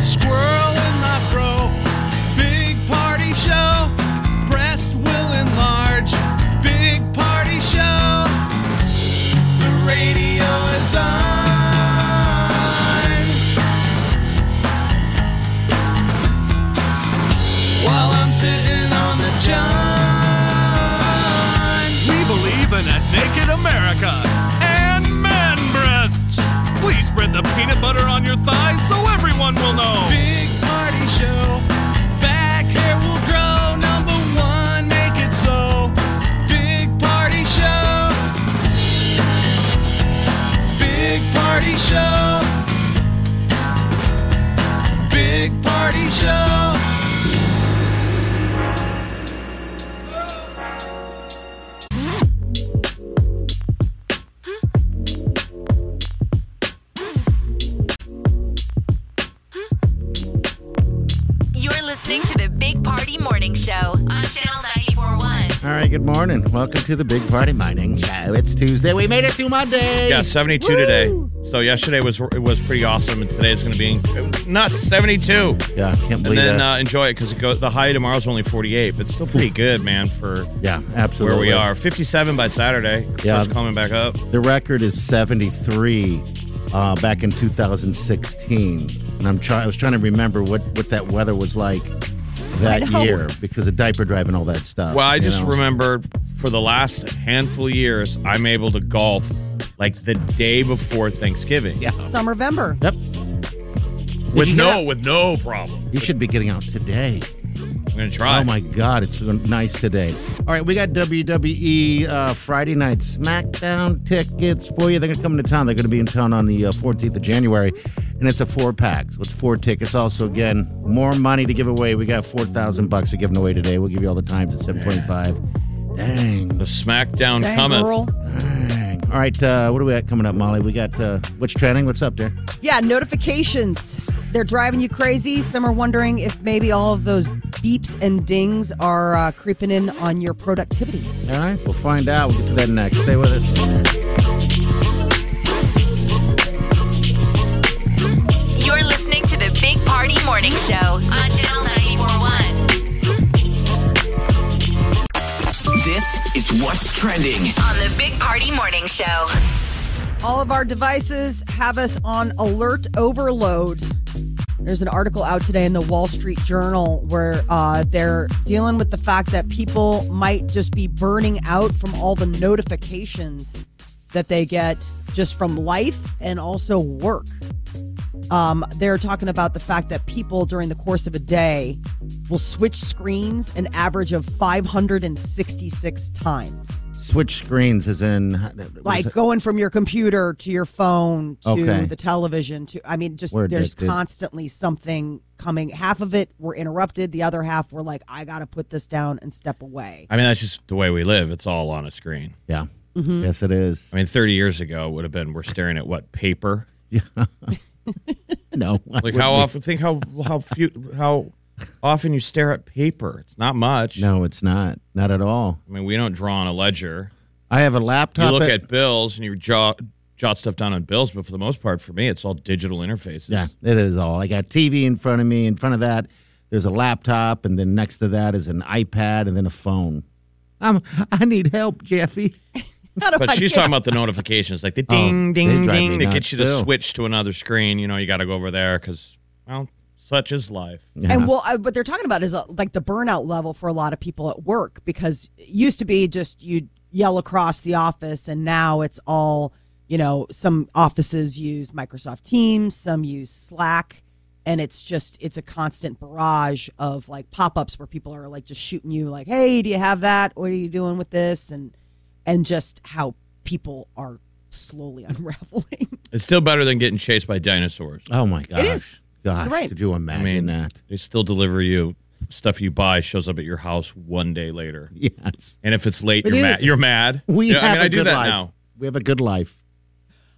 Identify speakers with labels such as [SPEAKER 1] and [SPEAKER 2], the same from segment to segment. [SPEAKER 1] Squirrel in my bro, big party show. Breast will enlarge, big party show. The radio is on. While I'm sitting on the john.
[SPEAKER 2] We believe in a naked America and man breasts. Please spread the peanut butter on your thighs so everyone will know.
[SPEAKER 1] Big party show. Back hair will grow. Number one, make it so. Big party show. Big party show. Big party show.
[SPEAKER 3] You're listening to the Big Party Morning Show on Channel 941.
[SPEAKER 4] All right, good morning. Welcome to the big party mining show. It's Tuesday. We made it through Monday.
[SPEAKER 5] Yeah, 72 today. So yesterday was it was pretty awesome, and today is going to be nuts. 72,
[SPEAKER 4] Yeah, can't
[SPEAKER 5] and
[SPEAKER 4] believe
[SPEAKER 5] then
[SPEAKER 4] that.
[SPEAKER 5] uh, enjoy it because go, the high tomorrow's only 48, but still pretty good, man, for
[SPEAKER 4] yeah, absolutely.
[SPEAKER 5] where we are. 57 by Saturday.
[SPEAKER 4] Yeah.
[SPEAKER 5] Yeah, it's coming back up.
[SPEAKER 4] The record is 73 uh, back in 2016. And I'm try- I was trying to remember what, what that weather was like that year because of diaper drive and all that stuff.
[SPEAKER 5] Well, I
[SPEAKER 4] you
[SPEAKER 5] just
[SPEAKER 4] know?
[SPEAKER 5] remembered for the last handful of years, I'm able to golf like the day before Thanksgiving.
[SPEAKER 4] Yeah.
[SPEAKER 6] Summer November.
[SPEAKER 4] Yep.
[SPEAKER 5] with
[SPEAKER 4] you get
[SPEAKER 5] no with no problem.
[SPEAKER 4] You should be getting out today.
[SPEAKER 5] I'm gonna try.
[SPEAKER 4] Oh my God, it's so nice today. All right, we got WWE uh, Friday Night SmackDown tickets for you. They're going to come into town. They're going to be in town on the uh, 14th of January, and it's a four pack. So it's four tickets. Also, again, more money to give away. We got 4000 bucks we're giving away today. We'll give you all the times at 725.
[SPEAKER 5] The
[SPEAKER 4] Dang.
[SPEAKER 5] SmackDown
[SPEAKER 6] Dang,
[SPEAKER 5] cometh.
[SPEAKER 6] girl.
[SPEAKER 4] Dang. All right, uh, what do we got coming up, Molly? We got uh, what's trending? What's up there?
[SPEAKER 6] Yeah, notifications. They're driving you crazy. Some are wondering if maybe all of those beeps and dings are uh, creeping in on your productivity.
[SPEAKER 4] All right, we'll find out. We'll get to that next. Stay with us.
[SPEAKER 3] You're listening to the Big Party Morning Show on Channel 941
[SPEAKER 7] This is what's trending.
[SPEAKER 3] on the Big Party Morning Show.
[SPEAKER 6] All of our devices have us on alert overload. There's an article out today in the Wall Street Journal where uh, they're dealing with the fact that people might just be burning out from all the notifications that they get just from life and also work. Um, they're talking about the fact that people during the course of a day will switch screens an average of 566 times
[SPEAKER 4] Switch screens is in.
[SPEAKER 6] like going from your computer to your phone to
[SPEAKER 4] Okay.
[SPEAKER 6] the television to i mean just
[SPEAKER 4] We're
[SPEAKER 6] there's
[SPEAKER 4] addicted.
[SPEAKER 6] constantly something coming half of it we're interrupted the other half we're like i gotta put this down and step away
[SPEAKER 5] I mean, that's just the way we live. It's all on a screen.
[SPEAKER 4] Yeah. Yes, it is.
[SPEAKER 5] I mean, 30 years ago it would have been we're staring at what paper.
[SPEAKER 4] No.
[SPEAKER 5] Like how often? Think how how few how often you stare at paper. It's not much.
[SPEAKER 4] No, it's not. Not at all.
[SPEAKER 5] I mean, we don't draw on a ledger.
[SPEAKER 4] I have a laptop.
[SPEAKER 5] you look
[SPEAKER 4] at-
[SPEAKER 5] at bills and you jot jot stuff down on bills, but for the most part, for me, it's all digital interfaces.
[SPEAKER 4] yeah, it is all. I got TV in front of me. In front of that, there's a laptop, and then next to that is an iPad, and then a phone. I'm. I need help, Jeffy.
[SPEAKER 6] How do
[SPEAKER 5] But
[SPEAKER 6] I
[SPEAKER 5] she's
[SPEAKER 6] get-
[SPEAKER 5] talking about the notifications, like the ding,
[SPEAKER 4] Oh, they
[SPEAKER 5] ding,
[SPEAKER 4] drive me
[SPEAKER 5] ding, that
[SPEAKER 4] nuts,
[SPEAKER 5] gets you to
[SPEAKER 4] too.
[SPEAKER 5] switch to another screen. You know, you got to go over there because, well, such is life.
[SPEAKER 4] Yeah.
[SPEAKER 6] And well, I, what they're talking about is uh, like the burnout level for a lot of people at work because it used to be just you yell across the office, and now it's all you know. Some offices use Microsoft Teams, some use Slack, and it's just it's a constant barrage of like pop ups where people are like just shooting you like, "Hey, do you have that? What are you doing with this?" and and just how people are slowly unraveling.
[SPEAKER 5] It's still better than getting chased by dinosaurs.
[SPEAKER 4] Oh my gosh.
[SPEAKER 6] is.
[SPEAKER 4] Gosh,
[SPEAKER 6] You're right.
[SPEAKER 4] could you imagine that?
[SPEAKER 5] They still deliver you stuff you buy shows up at your house one day later.
[SPEAKER 4] Yes.
[SPEAKER 5] And if it's late,
[SPEAKER 4] But
[SPEAKER 5] you're
[SPEAKER 4] it-
[SPEAKER 5] mad. You're mad.
[SPEAKER 4] We
[SPEAKER 5] yeah,
[SPEAKER 4] have
[SPEAKER 5] I mean,
[SPEAKER 4] a
[SPEAKER 5] I do
[SPEAKER 4] good
[SPEAKER 5] that
[SPEAKER 4] life.
[SPEAKER 5] now.
[SPEAKER 4] We have a good life.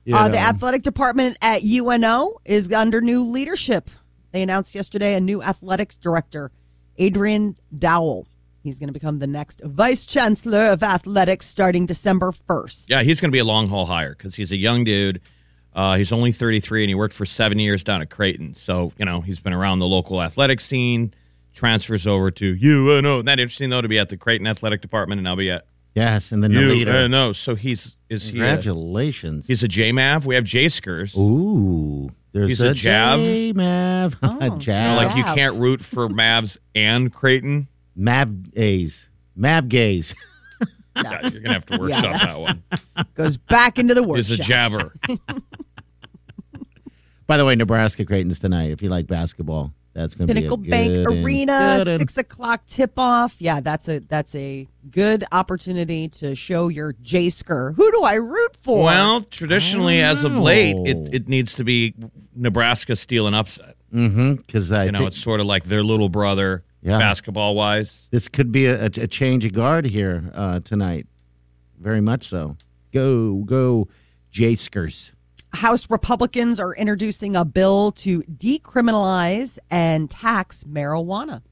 [SPEAKER 4] You
[SPEAKER 6] Uh, the
[SPEAKER 4] know.
[SPEAKER 6] athletic department at UNO is under new leadership. They announced yesterday a new athletics director, Adrian Dowell. He's going to become the next vice chancellor of athletics starting December 1st.
[SPEAKER 5] Yeah, he's going to be a long haul hire because he's a young dude. Uh, he's only 33 and he worked for seven years down at Creighton. So, you know, he's been around the local athletic scene, transfers over to UNO. Isn't that interesting, though, to be at the Creighton Athletic Department and now be at
[SPEAKER 4] yes, and then the leader.
[SPEAKER 5] UNO? So he's, is he a,
[SPEAKER 4] Congratulations.
[SPEAKER 5] he's a JMAV? We have JSkers.
[SPEAKER 4] Ooh. There's
[SPEAKER 5] He's a Jav.
[SPEAKER 4] J, Mav.
[SPEAKER 6] Oh.
[SPEAKER 4] Jav.
[SPEAKER 5] Like, you
[SPEAKER 6] Mavs.
[SPEAKER 5] can't root for Mavs and Creighton.
[SPEAKER 4] Mav A's. Mav Gays.
[SPEAKER 5] Yeah, you're going to have to workshop that one.
[SPEAKER 6] Goes back into the
[SPEAKER 5] He's a
[SPEAKER 6] workshop.
[SPEAKER 5] Javer.
[SPEAKER 4] By the way, Nebraska Creighton's tonight. If you like basketball, that's going to be a
[SPEAKER 6] Pinnacle Bank
[SPEAKER 4] good and-
[SPEAKER 6] Arena,
[SPEAKER 4] good and-
[SPEAKER 6] six o'clock tip off. Yeah, that's a that's a good opportunity to show your Jasker. Who do I root for?
[SPEAKER 5] Well, traditionally,
[SPEAKER 4] I don't
[SPEAKER 5] as of late,
[SPEAKER 4] know.
[SPEAKER 5] it, it needs to be Nebraska steal an upset.
[SPEAKER 4] Mm-hmm. Because I
[SPEAKER 5] You know,
[SPEAKER 4] think
[SPEAKER 5] it's sort of like their little brother,
[SPEAKER 4] Yeah.
[SPEAKER 5] basketball wise.
[SPEAKER 4] this could be a, a, a change of guard here uh, tonight. Very much so. Go, go, Jaskers.
[SPEAKER 6] House Republicans are introducing a bill to decriminalize and tax marijuana.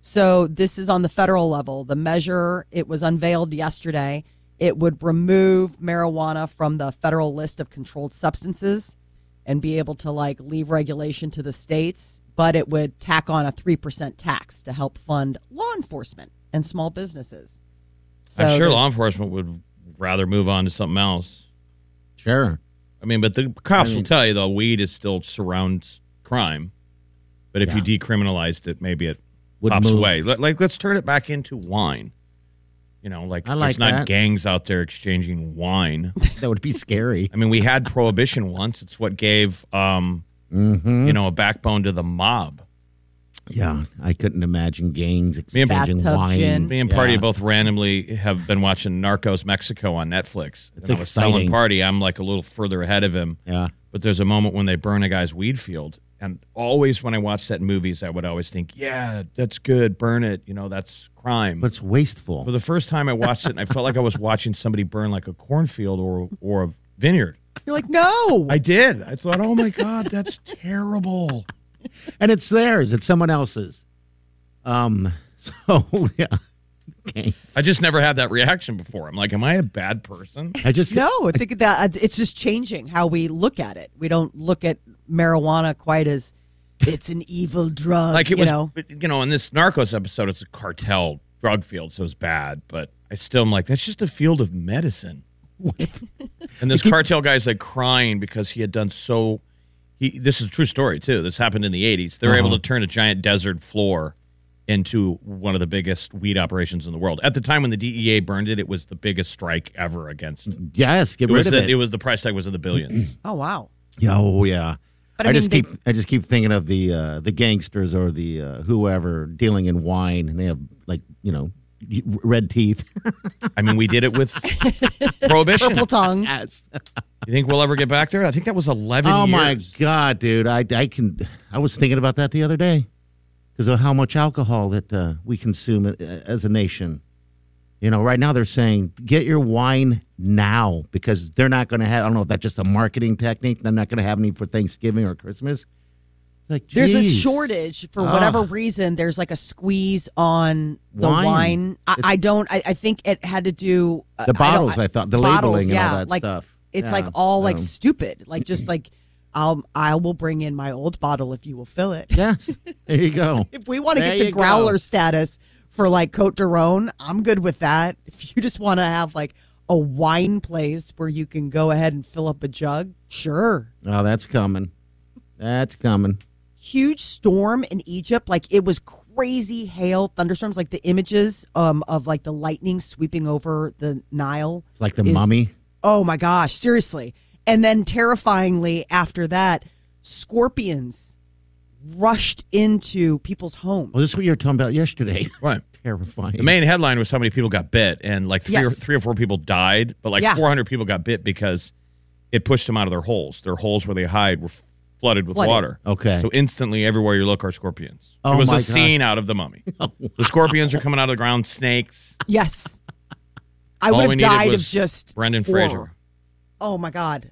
[SPEAKER 6] So this is on the federal level. The measure it was unveiled yesterday. It would remove marijuana from the federal list of controlled substances and be able to like leave regulation to the states, but it would tack on a 3% tax to help fund law enforcement and small businesses. So
[SPEAKER 5] I'm sure
[SPEAKER 6] there's-
[SPEAKER 5] law enforcement would rather move on to something else.
[SPEAKER 4] Sure.
[SPEAKER 5] I mean, but the cops
[SPEAKER 4] Mm.
[SPEAKER 5] will tell you though, weed is still surrounds crime. But if you decriminalized it, maybe it
[SPEAKER 4] Would
[SPEAKER 5] pops
[SPEAKER 4] move.
[SPEAKER 5] away. Like, like, let's turn it back into wine. You know, like,
[SPEAKER 4] I like
[SPEAKER 5] there's not
[SPEAKER 4] that.
[SPEAKER 5] gangs out there exchanging wine.
[SPEAKER 4] That would be scary.
[SPEAKER 5] I mean, we had prohibition once. It's what gave, um,
[SPEAKER 4] mm-hmm.
[SPEAKER 5] you know, a backbone to the mob.
[SPEAKER 4] Yeah, I couldn't imagine gangs
[SPEAKER 5] Me and-
[SPEAKER 4] exchanging
[SPEAKER 6] Bathtub
[SPEAKER 4] wine.
[SPEAKER 6] gin.
[SPEAKER 5] Me and Party
[SPEAKER 4] Yeah.
[SPEAKER 5] both randomly have been watching Narcos Mexico on Netflix. and
[SPEAKER 4] That's
[SPEAKER 5] I was
[SPEAKER 4] exciting.
[SPEAKER 5] telling Party I'm like a little further ahead of him,
[SPEAKER 4] Yeah.
[SPEAKER 5] but there's a moment when they burn a guy's weed field. And always when I watch that in movies, I would always think, yeah, that's good. Burn it. You know, that's crime.
[SPEAKER 4] But it's wasteful.
[SPEAKER 5] For the first time I watched it, and I felt like I was watching somebody burn like a cornfield or, or a vineyard.
[SPEAKER 6] You're like, no.
[SPEAKER 5] I did. I thought, oh my God, that's terrible.
[SPEAKER 4] and it's theirs. It's someone else's. Um. So yeah. Okay.
[SPEAKER 5] I just never had that reaction before. I'm like, am I a bad person?
[SPEAKER 4] I just
[SPEAKER 6] No, I think that uh, it's just changing how we look at it. We don't look at marijuana quite as it's an evil drug.
[SPEAKER 5] like it
[SPEAKER 6] you
[SPEAKER 5] was,
[SPEAKER 6] know,
[SPEAKER 5] but, you know, in this Narcos episode, it's a cartel drug field, so it's bad. But I still am like, that's just a field of medicine. and this cartel guy's like crying because he had done so. He this is a true story too. This happened in the '80s. They were
[SPEAKER 4] Uh-huh.
[SPEAKER 5] able to turn a giant desert floor into one of the biggest weed operations in the world. At the time when the DEA burned it, it was the biggest strike ever against. It
[SPEAKER 4] yes. Get rid
[SPEAKER 5] was
[SPEAKER 4] of
[SPEAKER 5] the,
[SPEAKER 4] it.
[SPEAKER 5] it was the price tag was in the billions.
[SPEAKER 6] oh wow.
[SPEAKER 4] Yeah, oh yeah.
[SPEAKER 6] But
[SPEAKER 4] I,
[SPEAKER 6] I
[SPEAKER 4] just
[SPEAKER 6] mean,
[SPEAKER 4] keep I just keep thinking of the uh, the gangsters or the uh, whoever dealing in wine, and they have like you know y- red teeth.
[SPEAKER 5] I mean, we did it with prohibition.
[SPEAKER 6] Purple tongues.
[SPEAKER 5] You think we'll ever get back there? I think that was 11
[SPEAKER 4] oh
[SPEAKER 5] years.
[SPEAKER 4] my god, dude! I, I can I was thinking about that the other day because of how much alcohol that uh, we consume a- as a nation. You know, right now they're saying get your wine now because they're not going to have. I don't know if that's just a marketing technique. They're not going to have any for Thanksgiving or Christmas. Like
[SPEAKER 6] There's a
[SPEAKER 4] geez.
[SPEAKER 6] shortage for
[SPEAKER 4] Ah.
[SPEAKER 6] whatever reason. There's like a squeeze on the
[SPEAKER 4] Wine.
[SPEAKER 6] wine. I, I don't. I, I think it had to do uh, I- I
[SPEAKER 4] the
[SPEAKER 6] don't-
[SPEAKER 4] bottles. I, thought the
[SPEAKER 6] bottles,
[SPEAKER 4] labeling
[SPEAKER 6] yeah,
[SPEAKER 4] and all that
[SPEAKER 6] like,
[SPEAKER 4] stuff.
[SPEAKER 6] It's
[SPEAKER 4] Yeah,
[SPEAKER 6] like all like
[SPEAKER 4] no.
[SPEAKER 6] stupid. Like just like, I'll I will bring in my old bottle if you will fill it.
[SPEAKER 4] yes. There you go.
[SPEAKER 6] If we want to
[SPEAKER 4] There
[SPEAKER 6] get to
[SPEAKER 4] you go.
[SPEAKER 6] growler status for like Cote d'Aron, I'm good with that. If you just want to have like a wine place where you can go ahead and fill up a jug, sure.
[SPEAKER 4] Oh, that's coming. That's coming.
[SPEAKER 6] Huge storm in Egypt, like it was crazy hail, thunderstorms, like the images um, of like the lightning sweeping over the Nile.
[SPEAKER 4] It's like the
[SPEAKER 6] Is-
[SPEAKER 4] mummy.
[SPEAKER 6] Oh my gosh, seriously. And then terrifyingly after that, scorpions rushed into people's homes.
[SPEAKER 4] Well, this is what you were talking about yesterday.
[SPEAKER 5] Right.
[SPEAKER 4] Terrifying.
[SPEAKER 5] The main headline was how many people got bit, and like three, or,
[SPEAKER 6] Yes.
[SPEAKER 5] three or four people died, but like
[SPEAKER 6] Yeah.
[SPEAKER 5] 400 people got bit because it pushed them out of their holes. Their holes where they hide were flooded with
[SPEAKER 6] Flooded.
[SPEAKER 5] water.
[SPEAKER 4] Okay.
[SPEAKER 5] So instantly, everywhere you look are scorpions.
[SPEAKER 4] Oh,
[SPEAKER 5] it was
[SPEAKER 4] my
[SPEAKER 5] a
[SPEAKER 4] gosh. Oh,
[SPEAKER 5] scene out of the mummy. The scorpions are coming out of the ground, snakes.
[SPEAKER 6] Yes. I
[SPEAKER 5] All
[SPEAKER 6] would
[SPEAKER 5] we
[SPEAKER 6] have
[SPEAKER 5] needed
[SPEAKER 6] died of
[SPEAKER 5] was
[SPEAKER 6] just
[SPEAKER 5] Brendan
[SPEAKER 6] horror.
[SPEAKER 5] Fraser.
[SPEAKER 6] Oh my god.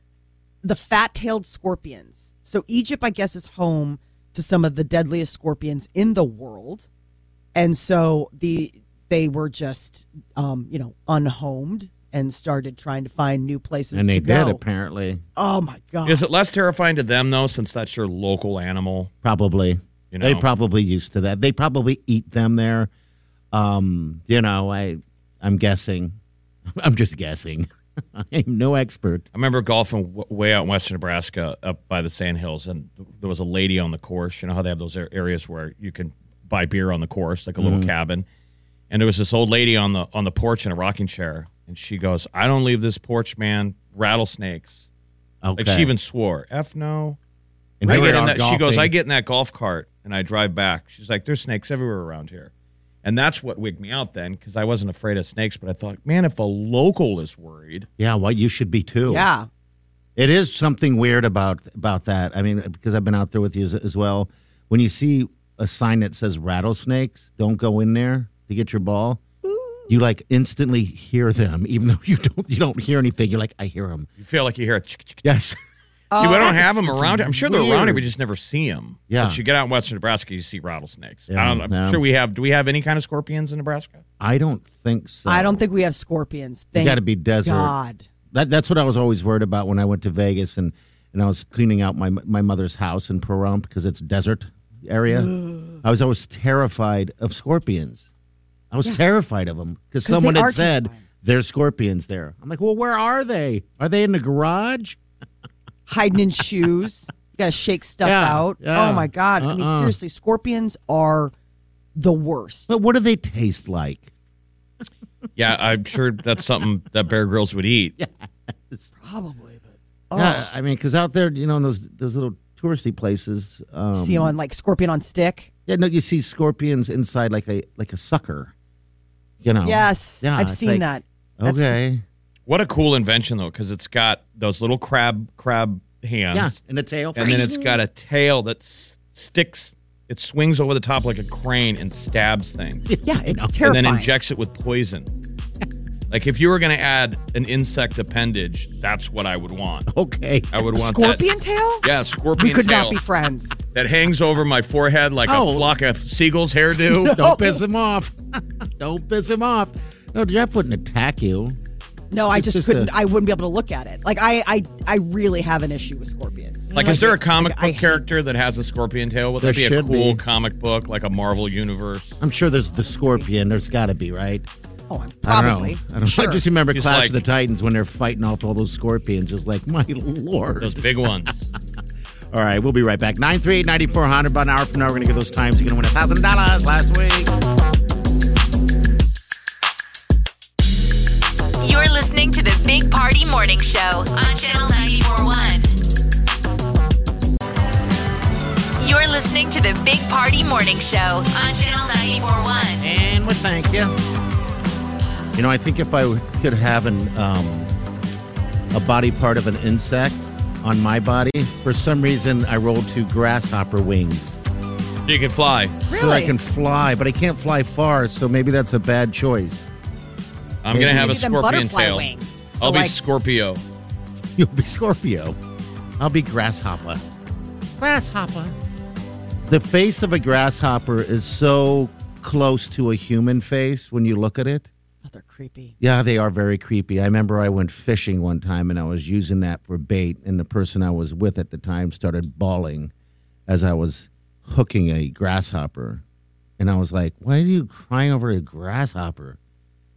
[SPEAKER 6] The fat-tailed scorpions. So Egypt I guess is home to some of the deadliest scorpions in the world. And so the they were just um, you know, unhomed and started trying to find new places
[SPEAKER 4] And they
[SPEAKER 6] to
[SPEAKER 4] did,
[SPEAKER 6] go.
[SPEAKER 4] apparently.
[SPEAKER 6] oh my god.
[SPEAKER 5] Is it less terrifying to them though, since that's your local animal?
[SPEAKER 4] Probably.
[SPEAKER 5] You
[SPEAKER 4] They
[SPEAKER 5] know.
[SPEAKER 4] probably used to that. They probably eat them there. Um, you know, I I'm guessing. I'm just guessing. I'm no expert.
[SPEAKER 5] I remember golfing w- way out in western Nebraska, up by the sand hills, and th- there was a lady on the course. You know how they have those ar- areas where you can buy beer on the course, like a little cabin. And there was this old lady on the on the porch in a rocking chair, and she goes, "I don't leave this porch, man. Rattlesnakes."
[SPEAKER 4] Okay.
[SPEAKER 5] Like she even swore, "F no."
[SPEAKER 4] And
[SPEAKER 5] I
[SPEAKER 4] here
[SPEAKER 5] get
[SPEAKER 4] we
[SPEAKER 5] in
[SPEAKER 4] are
[SPEAKER 5] that, she goes,
[SPEAKER 4] golfing.
[SPEAKER 5] I get in that golf cart and I drive back. She's like, there's snakes everywhere around here. And that's what wigged me out then because I wasn't afraid of snakes, but I thought, man, if a local is worried,
[SPEAKER 4] Yeah, well, you should be too.
[SPEAKER 6] yeah.
[SPEAKER 4] It is something weird about about that. I mean, because I've been out there with you as, as well. When you see a sign that says rattlesnakes, don't go in there to get your ball. You like instantly hear them, even though you don't you don't hear anything. You're like, I hear them.
[SPEAKER 5] you feel like you hear a chick, chick, chick.
[SPEAKER 4] Yes.
[SPEAKER 5] Yeah, we don't have them around here. I'm sure they're around here.
[SPEAKER 4] Oh, weird.
[SPEAKER 5] We just never see them.
[SPEAKER 4] Yeah.
[SPEAKER 5] But you get out in western Nebraska, you see rattlesnakes.
[SPEAKER 4] Yeah,
[SPEAKER 5] I don't, I'm
[SPEAKER 4] yeah.
[SPEAKER 5] sure we have. Do we have any kind of scorpions in Nebraska?
[SPEAKER 4] I don't think so.
[SPEAKER 6] I don't think we have scorpions.
[SPEAKER 4] You
[SPEAKER 6] Thank
[SPEAKER 4] got to be desert.
[SPEAKER 6] God.
[SPEAKER 4] That, that's what I was always worried about when I went to Vegas and, and I was cleaning out my my mother's house in Pahrump because it's desert area. I was always terrified of scorpions. I was terrified of them because
[SPEAKER 6] 'Cause they
[SPEAKER 4] someone
[SPEAKER 6] are
[SPEAKER 4] had said
[SPEAKER 6] terrifying.
[SPEAKER 4] there's scorpions there. I'm like, well, where are they? Are they in the garage?
[SPEAKER 6] hiding in shoes. You got to shake stuff
[SPEAKER 4] Yeah,
[SPEAKER 6] out.
[SPEAKER 4] yeah.
[SPEAKER 6] Oh my god! I mean,
[SPEAKER 4] Uh-uh.
[SPEAKER 6] seriously, scorpions are the worst.
[SPEAKER 4] But what do they taste like?
[SPEAKER 5] Yeah, I'm sure that's something that Bear Grylls would eat.
[SPEAKER 6] Probably, but
[SPEAKER 4] Yeah, I mean, because out there, you know, in those those little touristy places, um,
[SPEAKER 6] see you on like scorpion on stick.
[SPEAKER 4] yeah, no, you see scorpions inside like a like a sucker. You know.
[SPEAKER 6] Yes,
[SPEAKER 4] oh. Yeah,
[SPEAKER 6] I've
[SPEAKER 4] it's
[SPEAKER 6] seen
[SPEAKER 4] like,
[SPEAKER 6] that. That's the-
[SPEAKER 4] Okay.
[SPEAKER 5] What a cool invention though, because it's got those little crab crab hands.
[SPEAKER 4] Yeah, and the tail.
[SPEAKER 5] and then it's got a tail that s- sticks. It swings over the top like a crane and stabs things,
[SPEAKER 6] yeah, it's
[SPEAKER 5] and
[SPEAKER 6] terrifying.
[SPEAKER 5] then injects it with poison. Like if you were going to add an insect appendage, that's what I would want.
[SPEAKER 4] okay.
[SPEAKER 5] I would
[SPEAKER 6] A
[SPEAKER 5] want
[SPEAKER 6] scorpion tail.
[SPEAKER 5] That, yeah, scorpion
[SPEAKER 6] we could
[SPEAKER 5] tail
[SPEAKER 6] not be friends.
[SPEAKER 5] that hangs over my forehead like
[SPEAKER 4] Oh.
[SPEAKER 5] a flock of seagulls hairdo.
[SPEAKER 4] Don't piss him off. Don't piss him off. No, Jeff wouldn't attack you.
[SPEAKER 6] No, I
[SPEAKER 4] It's
[SPEAKER 6] just,
[SPEAKER 4] just
[SPEAKER 6] couldn't.
[SPEAKER 4] a-
[SPEAKER 6] I I wouldn't be able to look at it. Like I, I, I really have an issue with scorpions.
[SPEAKER 5] Like, is there a comic
[SPEAKER 6] Like, I
[SPEAKER 5] book
[SPEAKER 6] hate-
[SPEAKER 5] character that has a scorpion tail? Would
[SPEAKER 4] There
[SPEAKER 5] that be a
[SPEAKER 4] should
[SPEAKER 5] cool
[SPEAKER 4] be.
[SPEAKER 5] comic book, like a Marvel universe?
[SPEAKER 4] I'm sure there's the scorpion. There's got to be, right?
[SPEAKER 6] Oh, I'm
[SPEAKER 4] I
[SPEAKER 6] probably.
[SPEAKER 4] don't know. I, don't,
[SPEAKER 6] Sure.
[SPEAKER 4] I just remember
[SPEAKER 5] He's
[SPEAKER 4] Clash
[SPEAKER 5] like-
[SPEAKER 4] of the Titans when they're fighting off all those scorpions. It was like, my lord.
[SPEAKER 5] Those big ones.
[SPEAKER 4] All right, we'll be right back. 938 9400. About an hour from now, we're going to get those times. You're going to win $1,000 last week.
[SPEAKER 3] You're listening to the Big Party Morning Show on Channel 941. You're listening to the Big Party Morning Show on Channel 941.
[SPEAKER 4] And we thank you. You know, I think if I w- could have an um, a body part of an insect on my body, for some reason I roll to grasshopper wings
[SPEAKER 5] You can fly.
[SPEAKER 4] so I
[SPEAKER 6] Really?
[SPEAKER 4] can fly, but I can't fly far, so maybe that's a bad choice.
[SPEAKER 5] I'm gonna have a
[SPEAKER 6] Maybe them
[SPEAKER 5] scorpion
[SPEAKER 6] butterfly
[SPEAKER 5] tail.
[SPEAKER 6] wings. So,
[SPEAKER 5] I'll be
[SPEAKER 6] like-
[SPEAKER 5] Scorpio.
[SPEAKER 4] You'll be Scorpio. I'll be grasshopper. Grasshopper. The face of a grasshopper is so close to a human face when you look at it.
[SPEAKER 6] Oh, they're creepy.
[SPEAKER 4] Yeah, they are very creepy. I remember I went fishing one time and I was using that for bait, and the person I was with at the time started bawling as I was hooking a grasshopper. And I was like, Why are you crying over a grasshopper?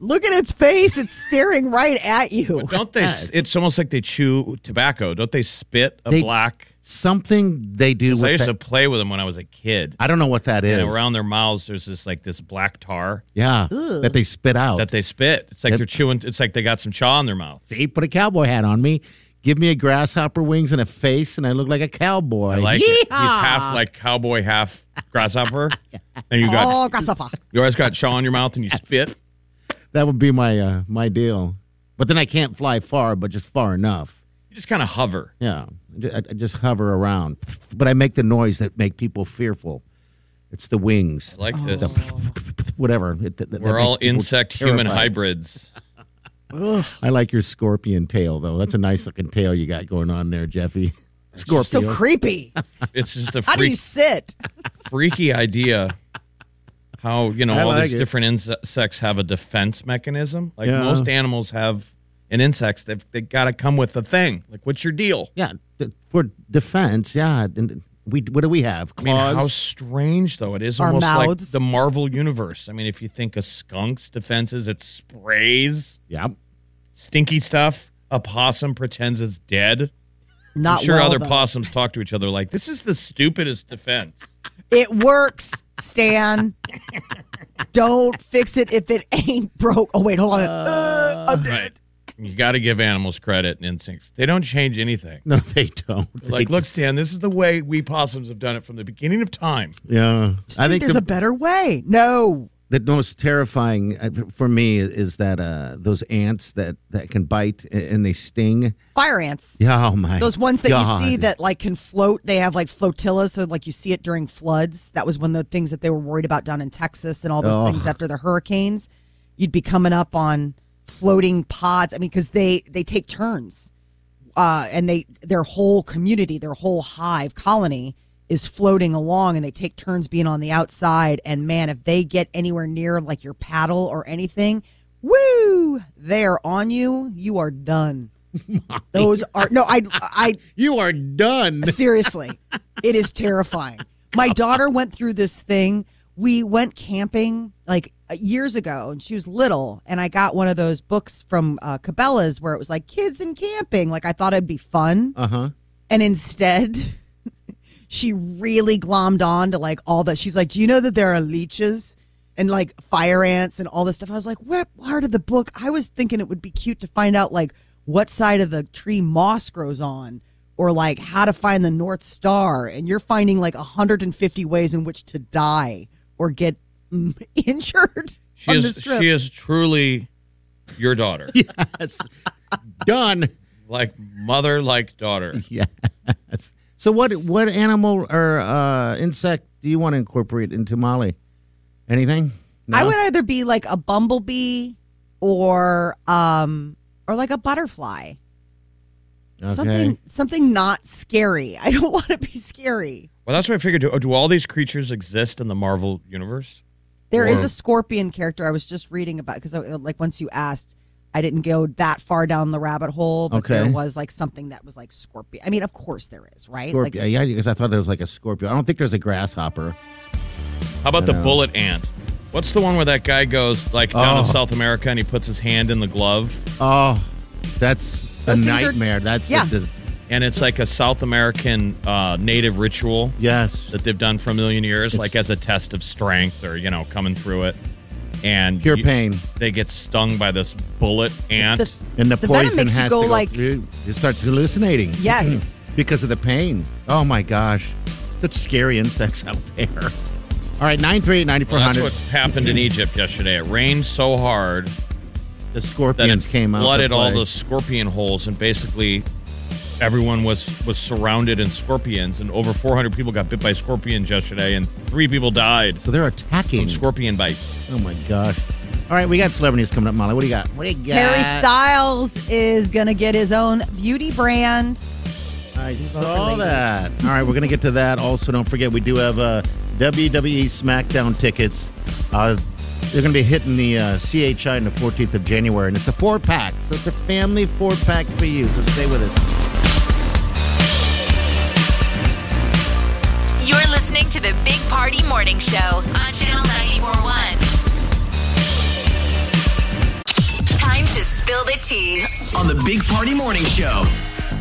[SPEAKER 6] Look at its face. It's staring right at you.
[SPEAKER 5] Don't they? s- It's almost like they chew tobacco. Don't they spit a
[SPEAKER 4] They-
[SPEAKER 5] black?
[SPEAKER 4] Something they do
[SPEAKER 5] 'Cause I
[SPEAKER 4] with
[SPEAKER 5] used
[SPEAKER 4] that-
[SPEAKER 5] to play with them when I was a kid.
[SPEAKER 4] I don't know what that is.
[SPEAKER 5] And around their mouths, there's this like this black tar
[SPEAKER 4] yeah, that they spit out.
[SPEAKER 5] that they spit. It's like they're chewing. It's like they got some chaw in their mouth.
[SPEAKER 4] See, put a cowboy hat on me, give me a grasshopper wings and a face, and I look like a cowboy.
[SPEAKER 5] I like it. He's
[SPEAKER 4] Yeehaw!
[SPEAKER 5] half like cowboy, half grasshopper. and you got
[SPEAKER 6] Oh, grasshopper.
[SPEAKER 5] you always got chaw in your mouth and you spit.
[SPEAKER 4] That would be my uh, my deal. But then I can't fly far, but just far enough.
[SPEAKER 5] You just kind of hover.
[SPEAKER 4] Yeah, I, I just hover around, but I make the noise that make people fearful. It's the wings,
[SPEAKER 5] I like this.
[SPEAKER 4] whatever. It, that- Oh. that
[SPEAKER 5] We're
[SPEAKER 4] makes
[SPEAKER 5] all
[SPEAKER 4] people
[SPEAKER 5] insect human
[SPEAKER 4] terrified.
[SPEAKER 5] hybrids.
[SPEAKER 4] I like your scorpion tail though. That's a nice looking tail you got going on there, Jeffy. Scorpio.
[SPEAKER 6] So creepy.
[SPEAKER 5] It's just a
[SPEAKER 6] How do you
[SPEAKER 5] freak,
[SPEAKER 6] sit?
[SPEAKER 5] freaky idea. How you know
[SPEAKER 4] I
[SPEAKER 5] all
[SPEAKER 4] like
[SPEAKER 5] these
[SPEAKER 4] it.
[SPEAKER 5] different insects have a defense mechanism? Like
[SPEAKER 4] Yeah.
[SPEAKER 5] most animals have, and insects they've they got to come with a thing. Like what's your deal?
[SPEAKER 4] yeah, th- for defense. Yeah, and we what do we have?
[SPEAKER 5] I mean,
[SPEAKER 4] Claws.
[SPEAKER 5] how strange though it is.
[SPEAKER 6] Our
[SPEAKER 5] almost
[SPEAKER 6] mouths.
[SPEAKER 5] like the Marvel universe. I mean, if you think of skunks' defenses, it sprays
[SPEAKER 4] yeah,
[SPEAKER 5] stinky stuff. A possum pretends it's dead.
[SPEAKER 6] Not
[SPEAKER 5] I'm sure
[SPEAKER 6] well,
[SPEAKER 5] other
[SPEAKER 6] though.
[SPEAKER 5] possums talk to each other like this is the stupidest defense.
[SPEAKER 6] It works, Stan. Don't fix it if it ain't broke. Oh wait, hold on. Uh, I'm dead.
[SPEAKER 5] You got to give animals credit and instincts. They don't change anything.
[SPEAKER 4] no, they don't.
[SPEAKER 5] Like,
[SPEAKER 4] They-
[SPEAKER 5] look, Stan, this is the way we possums have done it from the beginning of time.
[SPEAKER 4] yeah,
[SPEAKER 6] I think there's
[SPEAKER 4] the-
[SPEAKER 6] a better way. No.
[SPEAKER 4] the most terrifying uh, for me is that uh, those ants that, that can bite a- and they sting.
[SPEAKER 6] Fire ants.
[SPEAKER 4] Yeah, oh my.
[SPEAKER 6] Those ones that
[SPEAKER 4] God.
[SPEAKER 6] you see that like can float, they have like flotillas, so like you see it during floods. That was one of the things that they were worried about down in Texas and all those
[SPEAKER 4] Oh.
[SPEAKER 6] things after the hurricanes. You'd be coming up on floating pods. I mean, because they they take turns, uh, and they their whole community, their whole hive colony is floating along, and they take turns being on the outside. And man, if they get anywhere near like your paddle or anything, woo, they are on you. You are done. Those are no, I I
[SPEAKER 4] You are done.
[SPEAKER 6] Seriously, it is terrifying. My daughter went through this thing. We went camping like uh, years ago, and she was little. And I got one of those books from uh, Cabela's where it was like kids and camping. Like I thought it'd be fun,
[SPEAKER 4] Uh huh.
[SPEAKER 6] and instead, she really glommed on to like all that. She's like, "Do you know that there are leeches?" And like fire ants and all this stuff. I was like, what part of the book? I was thinking it would be cute to find out like what side of the tree moss grows on or like how to find the North Star. And you're finding like 150 ways in which to die or get mm, injured
[SPEAKER 5] She
[SPEAKER 6] on
[SPEAKER 5] is
[SPEAKER 6] this trip.
[SPEAKER 5] she is truly your daughter.
[SPEAKER 4] Yes. done.
[SPEAKER 5] Like mother, like daughter.
[SPEAKER 4] Yes. So what what animal or uh, insect do you want to incorporate into Molly? Anything?
[SPEAKER 6] I
[SPEAKER 4] No?
[SPEAKER 6] would either be like a bumblebee or um or like a butterfly.
[SPEAKER 4] Okay.
[SPEAKER 6] Something something not scary. I don't want to be scary.
[SPEAKER 5] Well, that's what I figured. Do, do all these creatures exist in the Marvel universe?
[SPEAKER 6] There is
[SPEAKER 5] Or-
[SPEAKER 6] a scorpion character I was just reading about because like once you asked, I didn't go that far down the rabbit hole, but
[SPEAKER 4] Okay.
[SPEAKER 6] there was like something that was like scorpion. I mean, of course there is, right?
[SPEAKER 4] Scorpio.
[SPEAKER 6] Like
[SPEAKER 4] yeah, because I thought there was like a scorpio. I don't think there's a grasshopper.
[SPEAKER 5] How about the
[SPEAKER 4] know.
[SPEAKER 5] bullet ant? What's the one where that guy goes like down
[SPEAKER 4] Oh.
[SPEAKER 5] to South America and he puts his hand in the glove?
[SPEAKER 4] Oh, that's a
[SPEAKER 6] Those things are-
[SPEAKER 4] nightmare. that's
[SPEAKER 6] Yeah.
[SPEAKER 4] A dis-
[SPEAKER 5] and it's like a South American uh, native ritual
[SPEAKER 4] yes.
[SPEAKER 5] that they've done for a million years,
[SPEAKER 4] It's-
[SPEAKER 5] like as a test of strength or you know coming through it. And
[SPEAKER 4] Pure
[SPEAKER 5] you-
[SPEAKER 4] pain.
[SPEAKER 5] They get stung by this bullet ant.
[SPEAKER 6] The-
[SPEAKER 4] And the,
[SPEAKER 6] The venom
[SPEAKER 4] poison
[SPEAKER 6] makes you
[SPEAKER 4] has
[SPEAKER 6] go
[SPEAKER 4] to go
[SPEAKER 6] like-
[SPEAKER 4] through. It starts hallucinating.
[SPEAKER 6] Yes.
[SPEAKER 4] because of the pain. Oh my gosh. Such scary insects out there. All right, 938
[SPEAKER 5] Well, that's
[SPEAKER 4] 9400.
[SPEAKER 5] what happened in Egypt yesterday. It rained so hard that
[SPEAKER 4] the scorpions
[SPEAKER 5] it
[SPEAKER 4] came out. to
[SPEAKER 5] flooded all
[SPEAKER 4] play.
[SPEAKER 5] the scorpion holes, and basically everyone was was surrounded in scorpions. And over 400 people got bit by scorpions yesterday, and three people died
[SPEAKER 4] So they're
[SPEAKER 5] from
[SPEAKER 4] attacking.
[SPEAKER 5] scorpion bites.
[SPEAKER 4] oh my gosh. All right, we got celebrities coming up, Molly. What do you got? What do you got?
[SPEAKER 6] Harry Styles is gonna get his own beauty brand.
[SPEAKER 4] I saw that. All right, we're going to get to that. Also, don't forget, we do have uh, WWE SmackDown tickets. Uh, they're going to be hitting the uh, CHI on the 14th of January, and it's a four pack. So it's a family four pack for you. So stay with us.
[SPEAKER 3] You're listening to the Big Party Morning Show on Channel 941. Time to spill the tea.
[SPEAKER 7] on the Big Party Morning Show.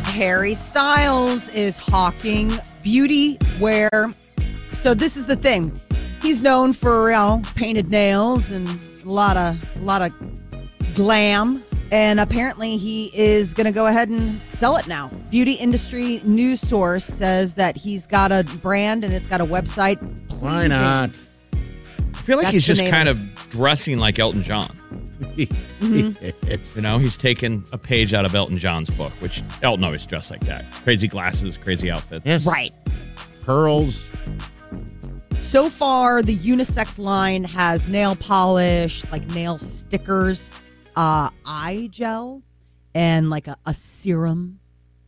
[SPEAKER 6] Harry Styles is hawking beauty wear. So this is the thing. He's known for you know, painted nails and a lot of a lot of glam. And apparently he is going to go ahead and sell it now. Beauty industry news source says that he's got a brand and it's got a website.
[SPEAKER 4] Why
[SPEAKER 6] Pleasing.
[SPEAKER 4] not?
[SPEAKER 5] I feel like
[SPEAKER 6] That's
[SPEAKER 5] he's
[SPEAKER 6] the
[SPEAKER 5] just
[SPEAKER 6] name
[SPEAKER 5] kind
[SPEAKER 6] of
[SPEAKER 5] of dressing like Elton John.
[SPEAKER 4] Yes.
[SPEAKER 5] You know, he's taken a page out of Elton John's book, which Elton always dressed like that. Crazy glasses, crazy outfits.
[SPEAKER 4] Yes.
[SPEAKER 6] Right.
[SPEAKER 4] Pearls.
[SPEAKER 6] So far, the unisex line has nail polish, like nail stickers, uh, eye gel, and like a, a serum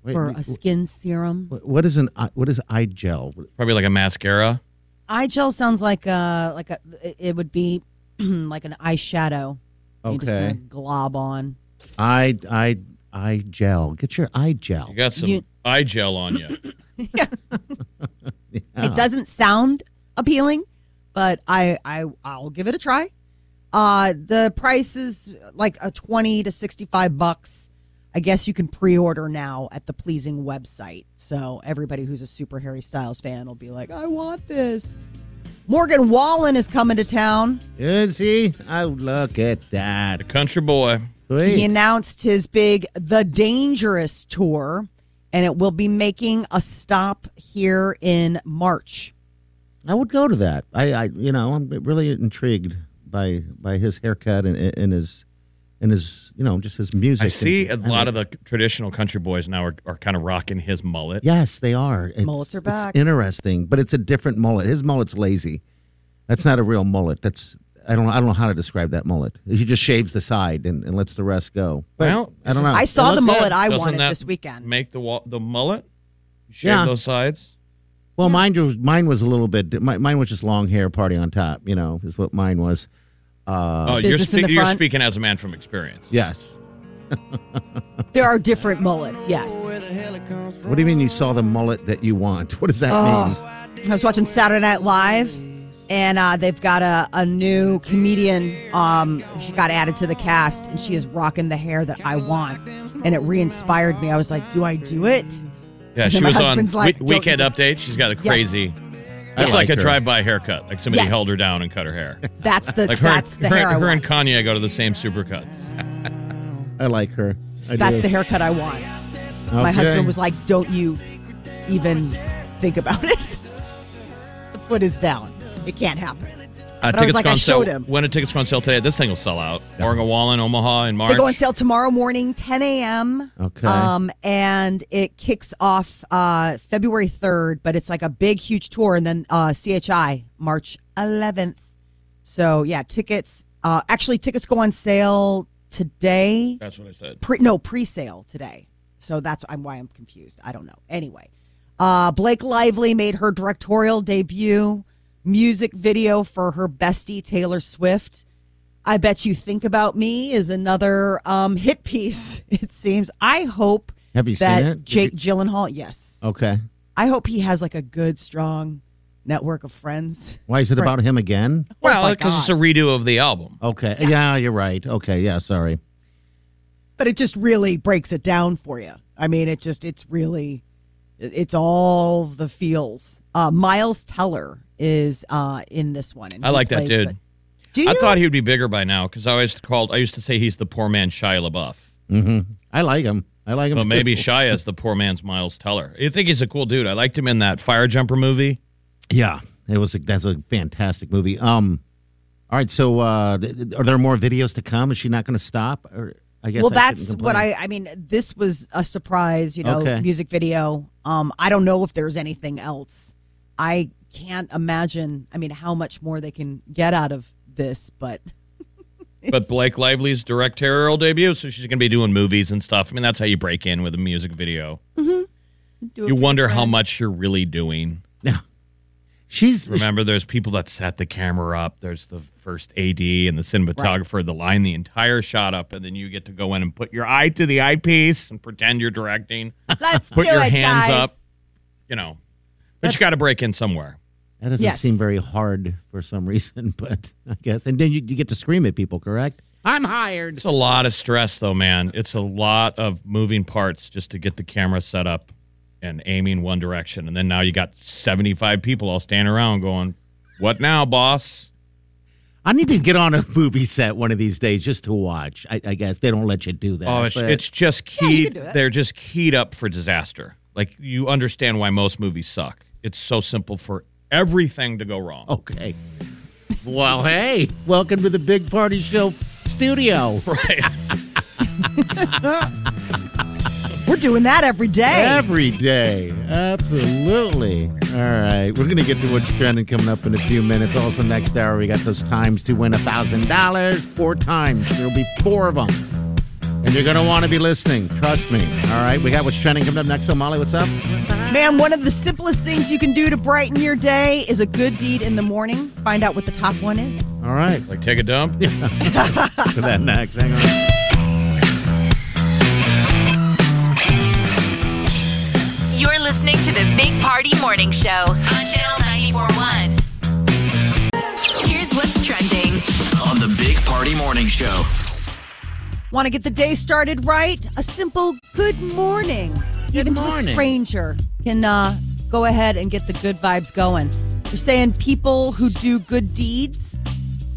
[SPEAKER 4] Wait,
[SPEAKER 6] or
[SPEAKER 4] wait,
[SPEAKER 6] a skin serum.
[SPEAKER 4] wh- what is an eye, what is eye gel?
[SPEAKER 5] Probably like a mascara.
[SPEAKER 6] Eye gel sounds like a like a it would be like an eyeshadow. You just
[SPEAKER 4] Okay.
[SPEAKER 6] kind of glob on.
[SPEAKER 4] Eye eye eye gel. Get your eye gel.
[SPEAKER 5] You got some
[SPEAKER 6] You-
[SPEAKER 5] eye gel on you.
[SPEAKER 4] Uh-huh.
[SPEAKER 6] It doesn't sound appealing, but I I I'll give it a try. Uh the price is like a 20 to 65 bucks. I guess you can pre-order now at the pleasing website. So everybody who's a super Harry Styles fan will be like, "I want this." Morgan Wallen is coming to town.
[SPEAKER 4] Yeah, see? Oh, look at that.
[SPEAKER 5] The country boy.
[SPEAKER 4] Sweet.
[SPEAKER 6] He announced his big The Dangerous tour, and it will be making a stop here in March.
[SPEAKER 4] I would go to that. I, I you know, I'm really intrigued by by his haircut and, and his and his you know just his music.
[SPEAKER 5] I see a
[SPEAKER 4] And-
[SPEAKER 5] lot of the traditional country boys now are, are kind of rocking his mullet.
[SPEAKER 4] Yes, they are. It's,
[SPEAKER 6] Mullets are back.
[SPEAKER 4] It's interesting, but it's a different mullet. His mullet's lazy. That's not a real mullet. That's I don't I don't know how to describe that mullet. He just shaves the side and, and lets the rest go. But
[SPEAKER 5] Well,
[SPEAKER 4] I don't know.
[SPEAKER 6] I saw
[SPEAKER 4] It
[SPEAKER 6] the
[SPEAKER 4] looks
[SPEAKER 6] mullet
[SPEAKER 4] good.
[SPEAKER 6] I
[SPEAKER 5] Doesn't
[SPEAKER 6] wanted
[SPEAKER 5] that
[SPEAKER 6] this weekend.
[SPEAKER 5] Make the wa- the mullet. Shave
[SPEAKER 4] Yeah.
[SPEAKER 5] those sides.
[SPEAKER 4] Well, mine was mine was a little bit. mi- Mine was just long hair, party on top. You know, is what mine was.
[SPEAKER 5] oh, you're,
[SPEAKER 6] Uh, Business in
[SPEAKER 5] spe-
[SPEAKER 6] the
[SPEAKER 5] you're
[SPEAKER 6] front.
[SPEAKER 5] speaking as a man from experience.
[SPEAKER 4] Yes.
[SPEAKER 6] There are different mullets, yes.
[SPEAKER 4] What do you mean you saw the mullet that you want? What does that
[SPEAKER 6] Oh,
[SPEAKER 4] mean?
[SPEAKER 6] I was watching Saturday Night Live, and uh, they've got a, a new comedian. Um, she got added to the cast, and she is rocking the hair that I want. And it re inspired me. I was like, do I do it?
[SPEAKER 5] Yeah,
[SPEAKER 6] And
[SPEAKER 5] she
[SPEAKER 6] my
[SPEAKER 5] was on
[SPEAKER 6] husband's
[SPEAKER 5] Wee-
[SPEAKER 6] like, "Don't
[SPEAKER 5] Weekend
[SPEAKER 6] you-"
[SPEAKER 5] Update. She's got a crazy.
[SPEAKER 4] I
[SPEAKER 5] It's like a
[SPEAKER 4] her.
[SPEAKER 5] drive-by haircut. Like somebody
[SPEAKER 6] Yes.
[SPEAKER 5] held her down and cut her hair.
[SPEAKER 6] That's the,
[SPEAKER 5] Like her,
[SPEAKER 6] that's the
[SPEAKER 5] her,
[SPEAKER 6] hair I
[SPEAKER 5] her and
[SPEAKER 6] want.
[SPEAKER 5] Kanye go to the same supercut.
[SPEAKER 4] I like her. I
[SPEAKER 6] That's
[SPEAKER 4] do.
[SPEAKER 6] the haircut I want. My
[SPEAKER 4] Okay.
[SPEAKER 6] husband was like, "Don't you even think about it? the foot is down. It can't happen."
[SPEAKER 5] Uh,
[SPEAKER 6] But I was like, I showed
[SPEAKER 5] sale.
[SPEAKER 6] him.
[SPEAKER 5] When a tickets go on sale today, this thing will sell out. Morgan Wallen, Omaha in March.
[SPEAKER 6] They go on sale tomorrow morning, 10 a.m.
[SPEAKER 4] Okay.
[SPEAKER 6] Um, and it kicks off uh, February 3rd, but it's like a big, huge tour, and then uh, CHI March 11th. So yeah, tickets. Uh, actually, tickets go on sale today.
[SPEAKER 5] That's what I said.
[SPEAKER 6] pre no pre-sale today so that's I'm, why i'm confused i don't know anyway uh blake lively made her directorial debut music video for her bestie taylor swift i bet you think about me is another um hit piece it seems i hope
[SPEAKER 4] Have you seen
[SPEAKER 6] that
[SPEAKER 4] it? Did
[SPEAKER 6] jake gyllenhaal yes
[SPEAKER 4] Okay.
[SPEAKER 6] i hope he has like a good strong network of friends
[SPEAKER 4] Why is it about him again?
[SPEAKER 6] Oh
[SPEAKER 5] Well,
[SPEAKER 6] my
[SPEAKER 5] because it's a
[SPEAKER 6] God.
[SPEAKER 5] redo of the album.
[SPEAKER 4] Okay. Yeah. you're right. Okay. Yeah. Sorry.
[SPEAKER 6] but it just really breaks it down for you. I mean, it just it's really it's all the feels. Uh, Miles Teller is uh, in this one. And
[SPEAKER 5] I
[SPEAKER 6] he
[SPEAKER 5] like that
[SPEAKER 6] plays
[SPEAKER 5] dude.
[SPEAKER 6] the- do you?
[SPEAKER 5] I thought he would be bigger by now because I always called. I used to say he's the poor man Shia LaBeouf,
[SPEAKER 4] I like him. I like him.
[SPEAKER 5] but
[SPEAKER 4] too.
[SPEAKER 5] maybe Shia is the poor man's Miles Teller. You think he's a cool dude? I liked him in that Fire Jumper movie.
[SPEAKER 4] Yeah. It was. A, that's a fantastic movie. Um. All right. So, uh, th- th- are there more videos to come? Is she not going to stop? Or I guess.
[SPEAKER 6] well,
[SPEAKER 4] I
[SPEAKER 6] that's
[SPEAKER 4] shouldn't
[SPEAKER 6] what
[SPEAKER 4] complain.
[SPEAKER 6] I. I mean, this was a surprise. You know,
[SPEAKER 4] Okay.
[SPEAKER 6] music video. Um, I don't know if there's anything else. I can't imagine. I mean, how much more they can get out of this, but
[SPEAKER 5] But Blake Lively's directorial debut, so she's going to be doing movies and stuff. I mean, that's how you break in with a music video.
[SPEAKER 6] do it
[SPEAKER 5] You
[SPEAKER 6] for
[SPEAKER 5] wonder
[SPEAKER 6] your
[SPEAKER 5] how
[SPEAKER 6] friend.
[SPEAKER 5] much you're really doing.
[SPEAKER 4] Yeah. She's.
[SPEAKER 5] Remember, there's people that set the camera up. There's the first AD and the cinematographer that line the entire shot up, and then you get to go in and put your eye to the eyepiece and pretend you're directing.
[SPEAKER 6] Let's
[SPEAKER 5] Put
[SPEAKER 6] do
[SPEAKER 5] your
[SPEAKER 6] it,
[SPEAKER 5] hands
[SPEAKER 6] guys.
[SPEAKER 5] up. You know, but you got to break in somewhere.
[SPEAKER 4] That doesn't
[SPEAKER 6] Yes.
[SPEAKER 4] seem very hard for some reason, but I guess. And then you, you get to scream at people, correct? I'm hired.
[SPEAKER 5] It's a lot of stress, though, man. It's a lot of moving parts just to get the camera set up and aiming one direction, and then now you got seventy-five people all standing around going, "What now, boss?"
[SPEAKER 4] I need to get on a movie set one of these days just to watch. I, I guess they don't let you do that.
[SPEAKER 5] Oh, it's,
[SPEAKER 4] but-
[SPEAKER 5] it's just
[SPEAKER 6] you
[SPEAKER 5] keyed.
[SPEAKER 6] can do it.
[SPEAKER 5] They're just keyed up for disaster. Like you understand why most movies suck. It's so simple for
[SPEAKER 4] Oh.
[SPEAKER 5] everything to go wrong.
[SPEAKER 4] Okay. Well, hey, welcome to the Big Party Show studio.
[SPEAKER 5] Right.
[SPEAKER 6] We're doing that every day.
[SPEAKER 4] Every day. Absolutely. All right. We're going to get to what's trending coming up in a few minutes. Also, next hour, we got those times to win $1,000. Four times. There'll be four of them. And you're going to want to be listening. Trust me. All right. We got what's trending coming up next. So, Molly, what's up?
[SPEAKER 6] Man, one of the simplest things you can do to brighten your day is a good deed in the morning. Find out what the top one is.
[SPEAKER 4] All right.
[SPEAKER 5] Like take a dump.
[SPEAKER 4] To that next. Hang on.
[SPEAKER 3] You're listening to the Big Party Morning Show on Channel 941. Here's what's trending.
[SPEAKER 7] On the Big Party Morning Show.
[SPEAKER 6] Want to get the day started right? A simple good morning, even to a
[SPEAKER 4] morning.
[SPEAKER 6] stranger, can uh, go ahead and get the good vibes going. You're saying people who do good deeds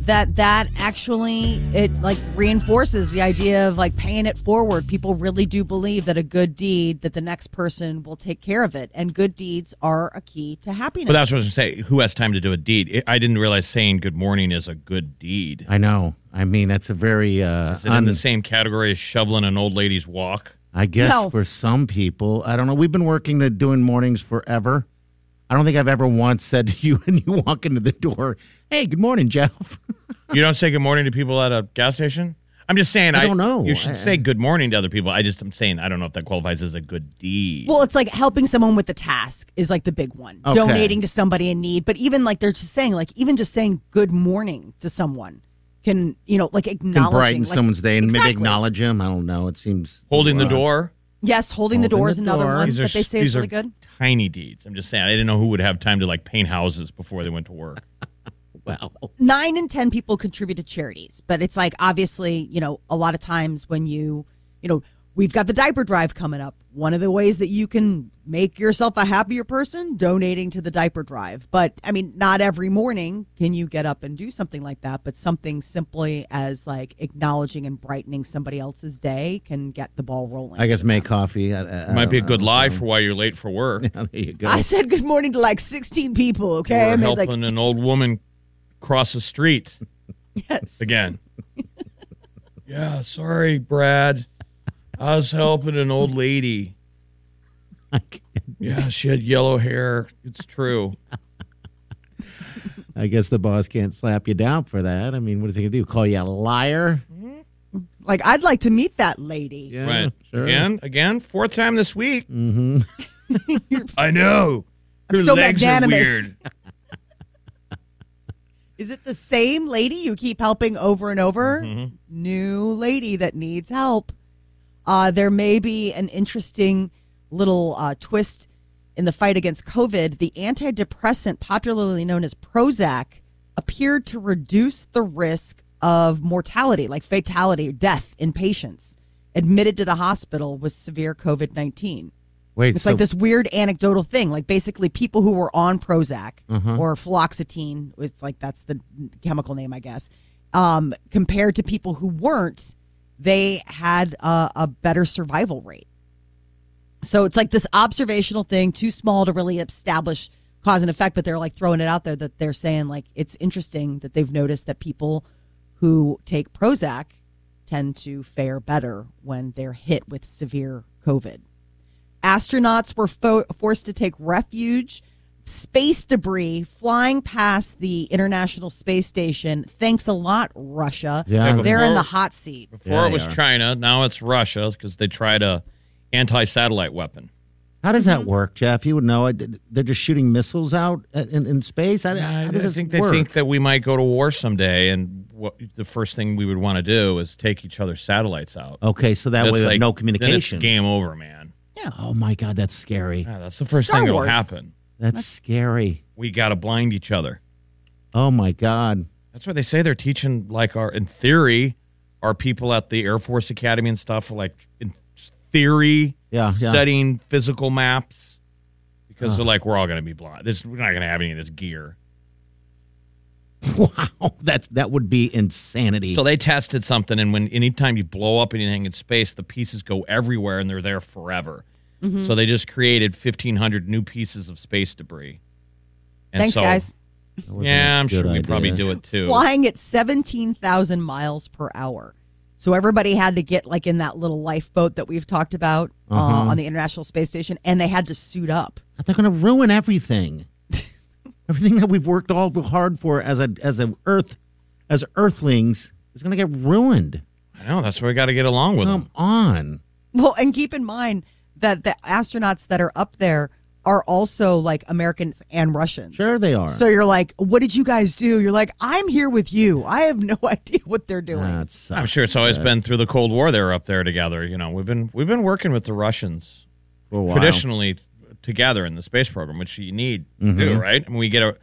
[SPEAKER 6] that that actually it like reinforces the idea of like paying it forward. People really do believe that a good deed that the next person will take care of it, and good deeds are a key to happiness.
[SPEAKER 5] But that's what I was gonna say. Who has time to do a deed? I I didn't realize saying good morning is a good deed.
[SPEAKER 4] I know. I mean, that's a very. Uh,
[SPEAKER 5] Is it in the same category as shoveling an old lady's walk?
[SPEAKER 4] I guess
[SPEAKER 6] No.
[SPEAKER 4] for some people, I don't know. We've been working to doing mornings forever. I don't think I've ever once said to you when you walk into the door, "Hey, good morning, Jeff."
[SPEAKER 5] You don't say good morning to people at a gas station. I'm just saying.
[SPEAKER 4] I don't know.
[SPEAKER 5] You should
[SPEAKER 4] I-
[SPEAKER 5] say good morning to other people. I just am saying. I don't know if that qualifies as a good deed.
[SPEAKER 6] Well, it's like helping someone with the task is like the big one.
[SPEAKER 4] Okay.
[SPEAKER 6] Donating to somebody in need, but even like they're just saying, like even just saying good morning to someone can you know like acknowledging
[SPEAKER 4] Can brighten
[SPEAKER 6] like-
[SPEAKER 4] someone's day and
[SPEAKER 6] Exactly.
[SPEAKER 4] maybe acknowledge him. I don't know. It seems
[SPEAKER 5] Holding the door.
[SPEAKER 6] Yes, holding the door
[SPEAKER 4] Holding
[SPEAKER 6] is
[SPEAKER 4] the
[SPEAKER 6] another
[SPEAKER 4] door.
[SPEAKER 6] one
[SPEAKER 5] These are
[SPEAKER 6] that they say is
[SPEAKER 5] these are
[SPEAKER 6] really good.
[SPEAKER 5] tiny deeds. I'm just saying. I didn't know who would have time to like paint houses before they went to work.
[SPEAKER 4] well.
[SPEAKER 6] Nine in ten people contribute to charities, but it's like obviously you know a lot of times when you you know we've got the diaper drive coming up. One of the ways that you can make yourself a happier person donating to the diaper drive. But I mean, not every morning can you get up and do something like that. But something simply as like acknowledging and brightening somebody else's day can get the ball rolling.
[SPEAKER 4] I guess make coffee. I, I- I
[SPEAKER 5] Might be a
[SPEAKER 4] don't
[SPEAKER 5] good
[SPEAKER 4] know.
[SPEAKER 5] lie for why you're late for work.
[SPEAKER 4] There you go.
[SPEAKER 6] I said good morning to like 16 people. Okay,
[SPEAKER 5] Or
[SPEAKER 6] I mean,
[SPEAKER 5] helping an old woman cross the street
[SPEAKER 6] yes.
[SPEAKER 5] again. yeah, sorry, Brad. I was helping an old lady.
[SPEAKER 4] I can't-
[SPEAKER 5] Yeah, she had yellow hair. It's true.
[SPEAKER 4] I guess the boss can't slap you down for that. I mean, what is he gonna do? Call you a liar?
[SPEAKER 6] Mm-hmm. Like I'd like to meet that lady.
[SPEAKER 4] Yeah,
[SPEAKER 5] right.
[SPEAKER 4] sure.
[SPEAKER 5] Again, again, fourth time this week. Mm-hmm. I know.
[SPEAKER 6] I'm
[SPEAKER 5] Your
[SPEAKER 6] so
[SPEAKER 5] legs
[SPEAKER 6] magnanimous.
[SPEAKER 5] are weird.
[SPEAKER 6] Is it the same lady you keep helping over and over? New lady that needs help. Uh, there may be an interesting little uh, twist in the fight against COVID. The antidepressant, popularly known as Prozac, appeared to reduce the risk of mortality, like fatality or death in patients admitted to the hospital with severe COVID 19.
[SPEAKER 4] Wait.
[SPEAKER 6] It's
[SPEAKER 4] so
[SPEAKER 6] like this weird anecdotal thing. Like basically, people who were on Prozac
[SPEAKER 4] Mm-hmm.
[SPEAKER 6] or fluoxetine, it's like that's the chemical name, I guess. Um, compared to people who weren't, they had a, a better survival rate. So it's like this observational thing, too small to really establish cause and effect, but they're like throwing it out there that they're saying like it's interesting that they've noticed that people who take Prozac tend to fare better when they're hit with severe COVID. Astronauts were fo- forced to take refuge. Space debris flying past the International Space Station. Thanks a lot, Russia.
[SPEAKER 4] Yeah.
[SPEAKER 6] They're in
[SPEAKER 5] Before-
[SPEAKER 6] the hot seat.
[SPEAKER 5] Before it was China, now it's Russia because they tried a anti-satellite weapon.
[SPEAKER 4] How does
[SPEAKER 5] Mm-hmm.
[SPEAKER 4] that work, Jeff? You would know. it. They're just shooting missiles out at- in, in space. I,
[SPEAKER 5] I,
[SPEAKER 4] how
[SPEAKER 5] I
[SPEAKER 4] does this
[SPEAKER 5] think they
[SPEAKER 4] work?
[SPEAKER 5] think that we might go to war someday, and what, the first thing we would want to do is take each other's satellites out.
[SPEAKER 4] okay, so Oh, that
[SPEAKER 5] That's
[SPEAKER 4] way there's
[SPEAKER 5] like-
[SPEAKER 4] no
[SPEAKER 5] then it's
[SPEAKER 4] communication.
[SPEAKER 5] game over, man.
[SPEAKER 4] Oh my God, that's scary.
[SPEAKER 5] Yeah, that's the first
[SPEAKER 6] Star
[SPEAKER 5] thing that'll
[SPEAKER 6] Wars.
[SPEAKER 5] happen.
[SPEAKER 4] That's scary.
[SPEAKER 5] We got to blind each other.
[SPEAKER 4] Oh my God.
[SPEAKER 5] That's why they say they're teaching like our in theory, our people at the Air Force Academy and stuff like in theory
[SPEAKER 4] Yeah, yeah.
[SPEAKER 5] studying physical maps because they're like we're all going to be blind. This we're not going to have any of this gear.
[SPEAKER 4] Wow, that's that would be insanity.
[SPEAKER 5] So they tested something, and when anytime you blow up anything in space, the pieces go everywhere and they're there forever.
[SPEAKER 6] Mm-hmm.
[SPEAKER 5] So they just created fifteen hundred new pieces of space debris. And
[SPEAKER 6] Thanks, guys.
[SPEAKER 4] That wasn't
[SPEAKER 5] Yeah,
[SPEAKER 4] a
[SPEAKER 5] I'm sure
[SPEAKER 4] good
[SPEAKER 5] we
[SPEAKER 4] idea.
[SPEAKER 5] probably do it too.
[SPEAKER 6] flying at 17,000 miles per hour. So everybody had to get like in that little lifeboat that we've talked about uh,
[SPEAKER 4] Uh-huh.
[SPEAKER 6] on the International Space Station, and they had to suit up.
[SPEAKER 4] They're going to ruin everything. everything that we've worked all hard for as a as a Earth as Earthlings is going to get ruined.
[SPEAKER 5] I know that's where we got to get along with them.
[SPEAKER 4] Come on.
[SPEAKER 6] Well, and keep in mind that the astronauts that are up there are also like Americans and Russians.
[SPEAKER 4] Sure they are.
[SPEAKER 6] So you're like, what did you guys do? You're like, I'm here with you. I have no idea what they're doing.
[SPEAKER 4] Ah, it sucks.
[SPEAKER 5] I'm sure it's always been through the Cold War. They were up there together. You know, we've been we've been working with the Russians
[SPEAKER 4] For a while.
[SPEAKER 5] traditionally together in the space program, which you need to
[SPEAKER 4] Mm-hmm.
[SPEAKER 5] do, right? And we get a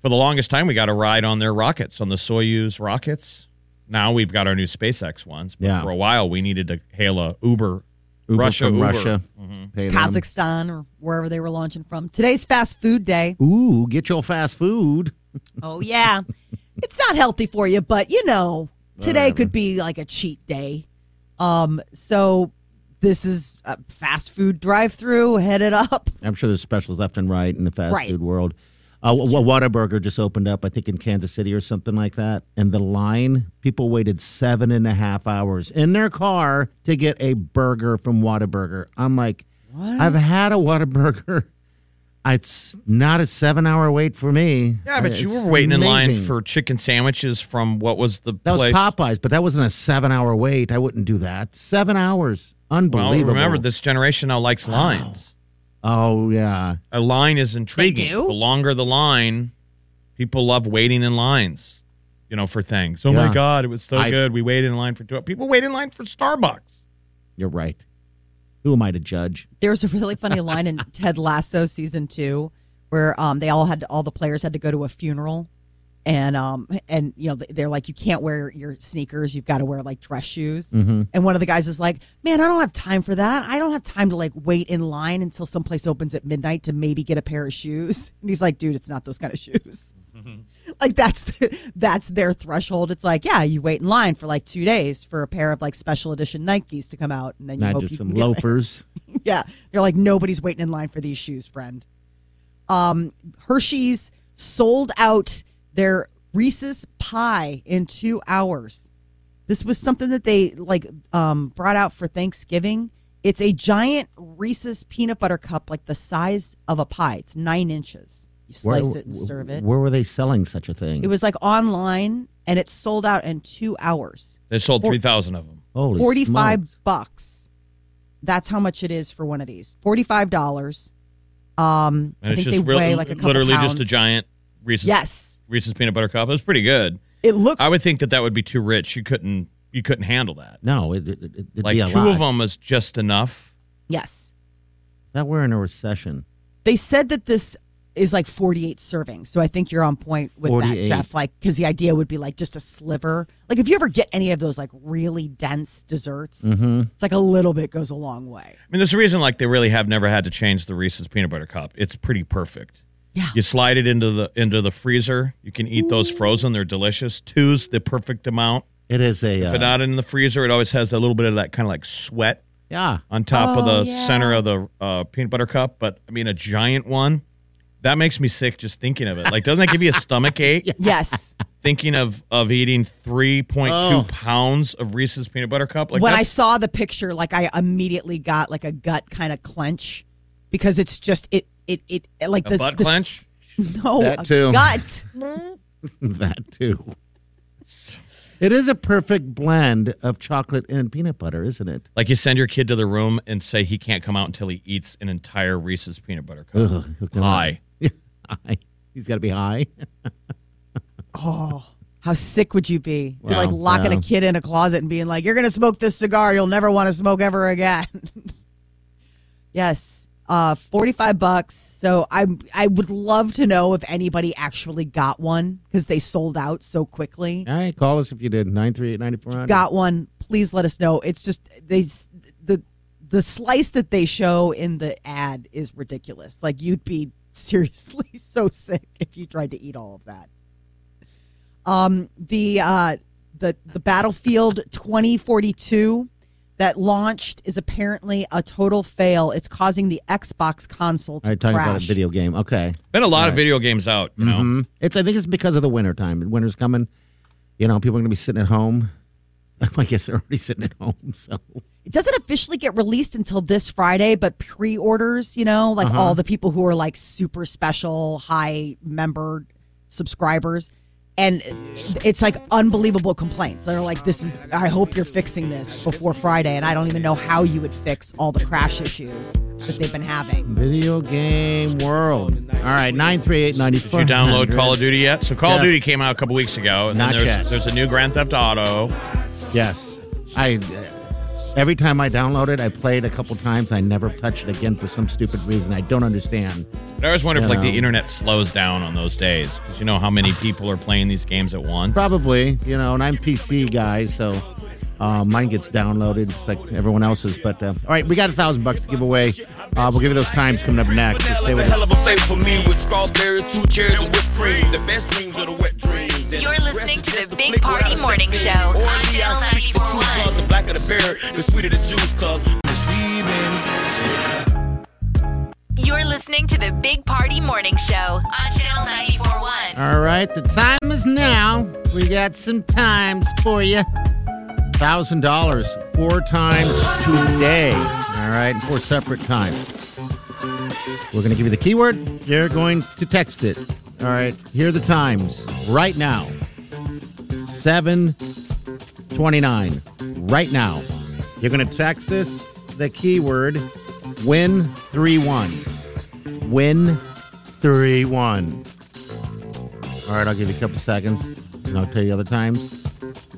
[SPEAKER 5] for the longest time we got a ride on their rockets on the Soyuz rockets. Now we've got our new SpaceX ones, but
[SPEAKER 4] Yeah.
[SPEAKER 5] for a while we needed to hail a Uber,
[SPEAKER 4] Uber
[SPEAKER 5] Russia
[SPEAKER 4] from
[SPEAKER 5] Uber. Mm-hmm.
[SPEAKER 4] Russia. Pay them.
[SPEAKER 6] Kazakhstan or wherever they were launching from. Today's fast food day.
[SPEAKER 4] Ooh, get your fast food.
[SPEAKER 6] Oh yeah. it's not healthy for you, but you know, today could be like a cheat day. Um so this is a fast food drive-through headed up.
[SPEAKER 4] I'm sure there's specials left and right in the fast
[SPEAKER 6] Right.
[SPEAKER 4] food world. Uh, Wa- Whataburger just opened up, I think, in Kansas City or something like that. And the line, people waited seven and a half hours in their car to get a burger from Whataburger. I'm like, I've had a Whataburger. It's not a seven hour wait for me.
[SPEAKER 5] Yeah, but you
[SPEAKER 4] It's
[SPEAKER 5] were waiting in line
[SPEAKER 4] amazing.
[SPEAKER 5] for chicken sandwiches from what was the
[SPEAKER 4] That was
[SPEAKER 5] place?
[SPEAKER 4] Popeyes, but that wasn't a seven hour wait. I wouldn't do that. Seven hours.
[SPEAKER 5] well,
[SPEAKER 4] Unbelievable.
[SPEAKER 5] remember this generation now likes lines.
[SPEAKER 4] Oh, yeah.
[SPEAKER 5] A line is intriguing.
[SPEAKER 6] do?
[SPEAKER 5] The longer the line, people love waiting in lines, you know, for things. Oh
[SPEAKER 4] Yeah.
[SPEAKER 5] my God, it was so
[SPEAKER 4] I-
[SPEAKER 5] good. We waited in line for two. People wait in line for Starbucks.
[SPEAKER 4] You're right. Who am I to judge?
[SPEAKER 6] There's a really funny line in Ted Lasso season 2 where um they all had all the players had to go to a funeral and um and you know they're like you can't wear your sneakers you've got to wear like dress shoes
[SPEAKER 4] Mm-hmm.
[SPEAKER 6] and one of the guys is like man i don't have time for that i don't have time to like wait in line until someplace opens at midnight to maybe get a pair of shoes and he's like dude it's not those kind of shoes
[SPEAKER 4] Mm-hmm.
[SPEAKER 6] like that's the, that's their threshold it's like yeah you wait in line for like two days for a pair of like special edition nikes to come out and then you
[SPEAKER 4] Not
[SPEAKER 6] hope
[SPEAKER 4] just
[SPEAKER 6] you
[SPEAKER 4] some
[SPEAKER 6] can get
[SPEAKER 4] loafers.
[SPEAKER 6] yeah. They're like, nobody's waiting in line for these shoes, friend. Um, Hershey's sold out their Reese's pie in two hours. This was something that they like um, brought out for Thanksgiving. It's a giant Reese's peanut butter cup, like the size of a pie. It's nine inches. You slice it and
[SPEAKER 4] wh-
[SPEAKER 6] serve it.
[SPEAKER 4] Where were they selling such a thing?
[SPEAKER 6] It was like online, and it sold out in two hours.
[SPEAKER 5] They sold
[SPEAKER 6] Four-
[SPEAKER 5] 3,000 of them.
[SPEAKER 4] Holy
[SPEAKER 6] 45
[SPEAKER 4] smokes.
[SPEAKER 6] bucks. That's how much it is for one of these. $45. Um, I
[SPEAKER 5] And
[SPEAKER 6] think
[SPEAKER 5] it's
[SPEAKER 6] they
[SPEAKER 5] just real-
[SPEAKER 6] weigh like a couple
[SPEAKER 5] literally
[SPEAKER 6] pounds.
[SPEAKER 5] just a giant Reese's,
[SPEAKER 6] Yes.
[SPEAKER 5] Reese's peanut butter cup. It was pretty good.
[SPEAKER 6] It looks
[SPEAKER 5] I would think that that would be too rich. You couldn't you couldn't handle that.
[SPEAKER 4] No, it, it, it, it'd
[SPEAKER 5] Like
[SPEAKER 4] be a
[SPEAKER 5] two
[SPEAKER 4] lot.
[SPEAKER 5] of them is just enough.
[SPEAKER 6] Yes.
[SPEAKER 4] That we're in a recession.
[SPEAKER 6] They said that this is like 48 servings. So I think you're on point with
[SPEAKER 4] 48.
[SPEAKER 6] that, Jeff. Like, because the idea would be like just a sliver. Like, if you ever get any of those like really dense desserts, it's like a little bit goes a long way.
[SPEAKER 5] I mean, there's a reason like they really have never had to change the Reese's peanut butter cup. It's pretty perfect.
[SPEAKER 6] Yeah.
[SPEAKER 5] You slide it into the into the freezer. You can eat those frozen. They're delicious. Two's the perfect amount.
[SPEAKER 4] It is a.
[SPEAKER 5] If
[SPEAKER 4] Uh,
[SPEAKER 5] it's not in the freezer, it always has a little bit of that kind of like sweat
[SPEAKER 4] yeah.
[SPEAKER 5] on top of
[SPEAKER 6] Oh,
[SPEAKER 5] the center of the uh, peanut butter cup. But I mean, a giant one that makes me sick just thinking of it. Like, doesn't that give you a stomach ache
[SPEAKER 6] Yes.
[SPEAKER 5] thinking of of eating three point two
[SPEAKER 4] Oh.
[SPEAKER 5] pounds of Reese's peanut butter cup? Like,
[SPEAKER 6] when I
[SPEAKER 5] that's-
[SPEAKER 6] saw the picture, like I immediately got like a gut kind of clench because it's just it it it like
[SPEAKER 5] A
[SPEAKER 6] the
[SPEAKER 5] butt
[SPEAKER 6] the-
[SPEAKER 5] clench?
[SPEAKER 6] No,
[SPEAKER 4] That
[SPEAKER 6] a
[SPEAKER 4] too.
[SPEAKER 6] gut.
[SPEAKER 4] that too. It is a perfect blend of chocolate and peanut butter, isn't it?
[SPEAKER 5] like you send your kid to the room and say he can't come out until he eats an entire Reese's peanut butter cup
[SPEAKER 4] Ugh, who can
[SPEAKER 5] pie.
[SPEAKER 4] I- He's got to be high.
[SPEAKER 6] Oh, how sick would you be? You're like
[SPEAKER 4] Wow.
[SPEAKER 6] locking
[SPEAKER 4] Yeah.
[SPEAKER 6] a kid in a closet and being like, "You're gonna smoke this cigar. You'll never want to smoke ever again." yes. Uh, forty-five bucks. So I I would love to know if anybody actually got one because they sold out so quickly.
[SPEAKER 4] All right, call us if you did. 938 9400.
[SPEAKER 6] got one, please let us know. It's just they the the slice that they show in the ad is ridiculous. Like you'd be seriously so sick if you tried to eat all of that. Um, the uh, the the Battlefield 2042. that launched is apparently a total fail. It's causing the Xbox console to
[SPEAKER 4] All right, talking about
[SPEAKER 6] crash.
[SPEAKER 4] a video game. Okay.
[SPEAKER 5] Been a lot of video games out, you know.
[SPEAKER 4] Mhm. It's I think it's because of the winter time. Winter's coming. You know, people are going to be sitting at home. I guess they're already sitting at home. So
[SPEAKER 6] It doesn't officially get released until this Friday, but pre orders, you know, like all the people who are like super special, high member subscribers. And it's like unbelievable complaints. They're like, this is, I hope you're fixing this before Friday. And I don't even know how you would fix all the crash issues that they've been having.
[SPEAKER 4] video game world. All right, nine three eight ninety
[SPEAKER 5] Did
[SPEAKER 4] four.
[SPEAKER 5] you download Call of Duty yet? So Call of
[SPEAKER 4] Yes.
[SPEAKER 5] Duty came out a couple weeks ago, and
[SPEAKER 4] Not
[SPEAKER 5] then there's
[SPEAKER 4] yet.
[SPEAKER 5] there's a new Grand Theft Auto.
[SPEAKER 4] Yes, I. uh, Every time I download it, I play it a couple times. I never touch it again for some stupid reason I don't understand.
[SPEAKER 5] But I always wonder if
[SPEAKER 4] You
[SPEAKER 5] like
[SPEAKER 4] know.
[SPEAKER 5] the internet slows down on those days because you know how many people are playing these games at once.
[SPEAKER 4] Probably, you know, and I'm PC guy, so uh, mine gets downloaded just like everyone else's. But uh, all right, we got a thousand bucks to give away. Uh, we'll give you those times coming up next. So stay with us.
[SPEAKER 8] hell of a fate for me with strawberries, two cherries, and whipped cream. The best dreams are the wet dreams. And
[SPEAKER 3] You're
[SPEAKER 8] the
[SPEAKER 3] listening
[SPEAKER 8] rest is
[SPEAKER 3] to
[SPEAKER 8] just
[SPEAKER 3] the
[SPEAKER 8] a
[SPEAKER 3] Big
[SPEAKER 8] flick
[SPEAKER 3] Party
[SPEAKER 8] without a
[SPEAKER 3] Morning
[SPEAKER 8] sex scene.
[SPEAKER 3] Show on
[SPEAKER 8] Orange
[SPEAKER 3] Channel
[SPEAKER 8] juice, sweet for
[SPEAKER 3] 94.1.
[SPEAKER 8] two colours, The blacker the berry, the sweeter the juice, cuz
[SPEAKER 3] You're listening to the Big Party Morning Show on Channel 941.
[SPEAKER 4] All right, the time is now. We got some times for you. Thousand dollars four times today. All right, four separate times. We're gonna give you the keyword. You're going to text it. All right, here are the times right now. Seven twenty-nine. Right now, you're gonna text this the keyword. Win three one. Win three one. All right, I'll give you a couple seconds, and I'll tell you other times.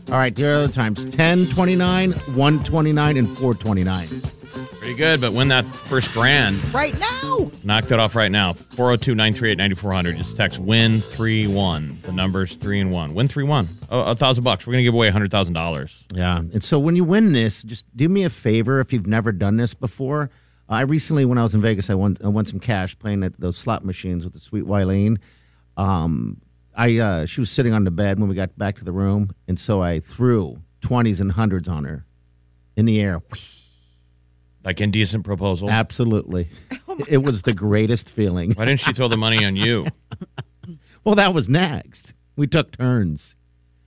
[SPEAKER 4] All right, here are other times 10, 29, 129, and 429.
[SPEAKER 5] Pretty good, but win that first grand.
[SPEAKER 6] Right now,
[SPEAKER 5] Knock that off right now. 402 938 9400. Just text win 3 1. The number's 3 and 1. Win 3 1. Oh, a thousand bucks. We're going to give away a hundred thousand dollars.
[SPEAKER 4] Yeah. And so when you win this, just do me a favor if you've never done this before. I recently, when I was in Vegas, I won, I won some cash playing at those slot machines with the sweet Wileen. Um, I uh, she was sitting on the bed when we got back to the room, and so I threw twenties and hundreds on her in the air.
[SPEAKER 5] Like indecent proposal.
[SPEAKER 4] Absolutely, it was the greatest feeling.
[SPEAKER 5] Why didn't she throw the money on you?
[SPEAKER 4] Well, that was next. We took turns.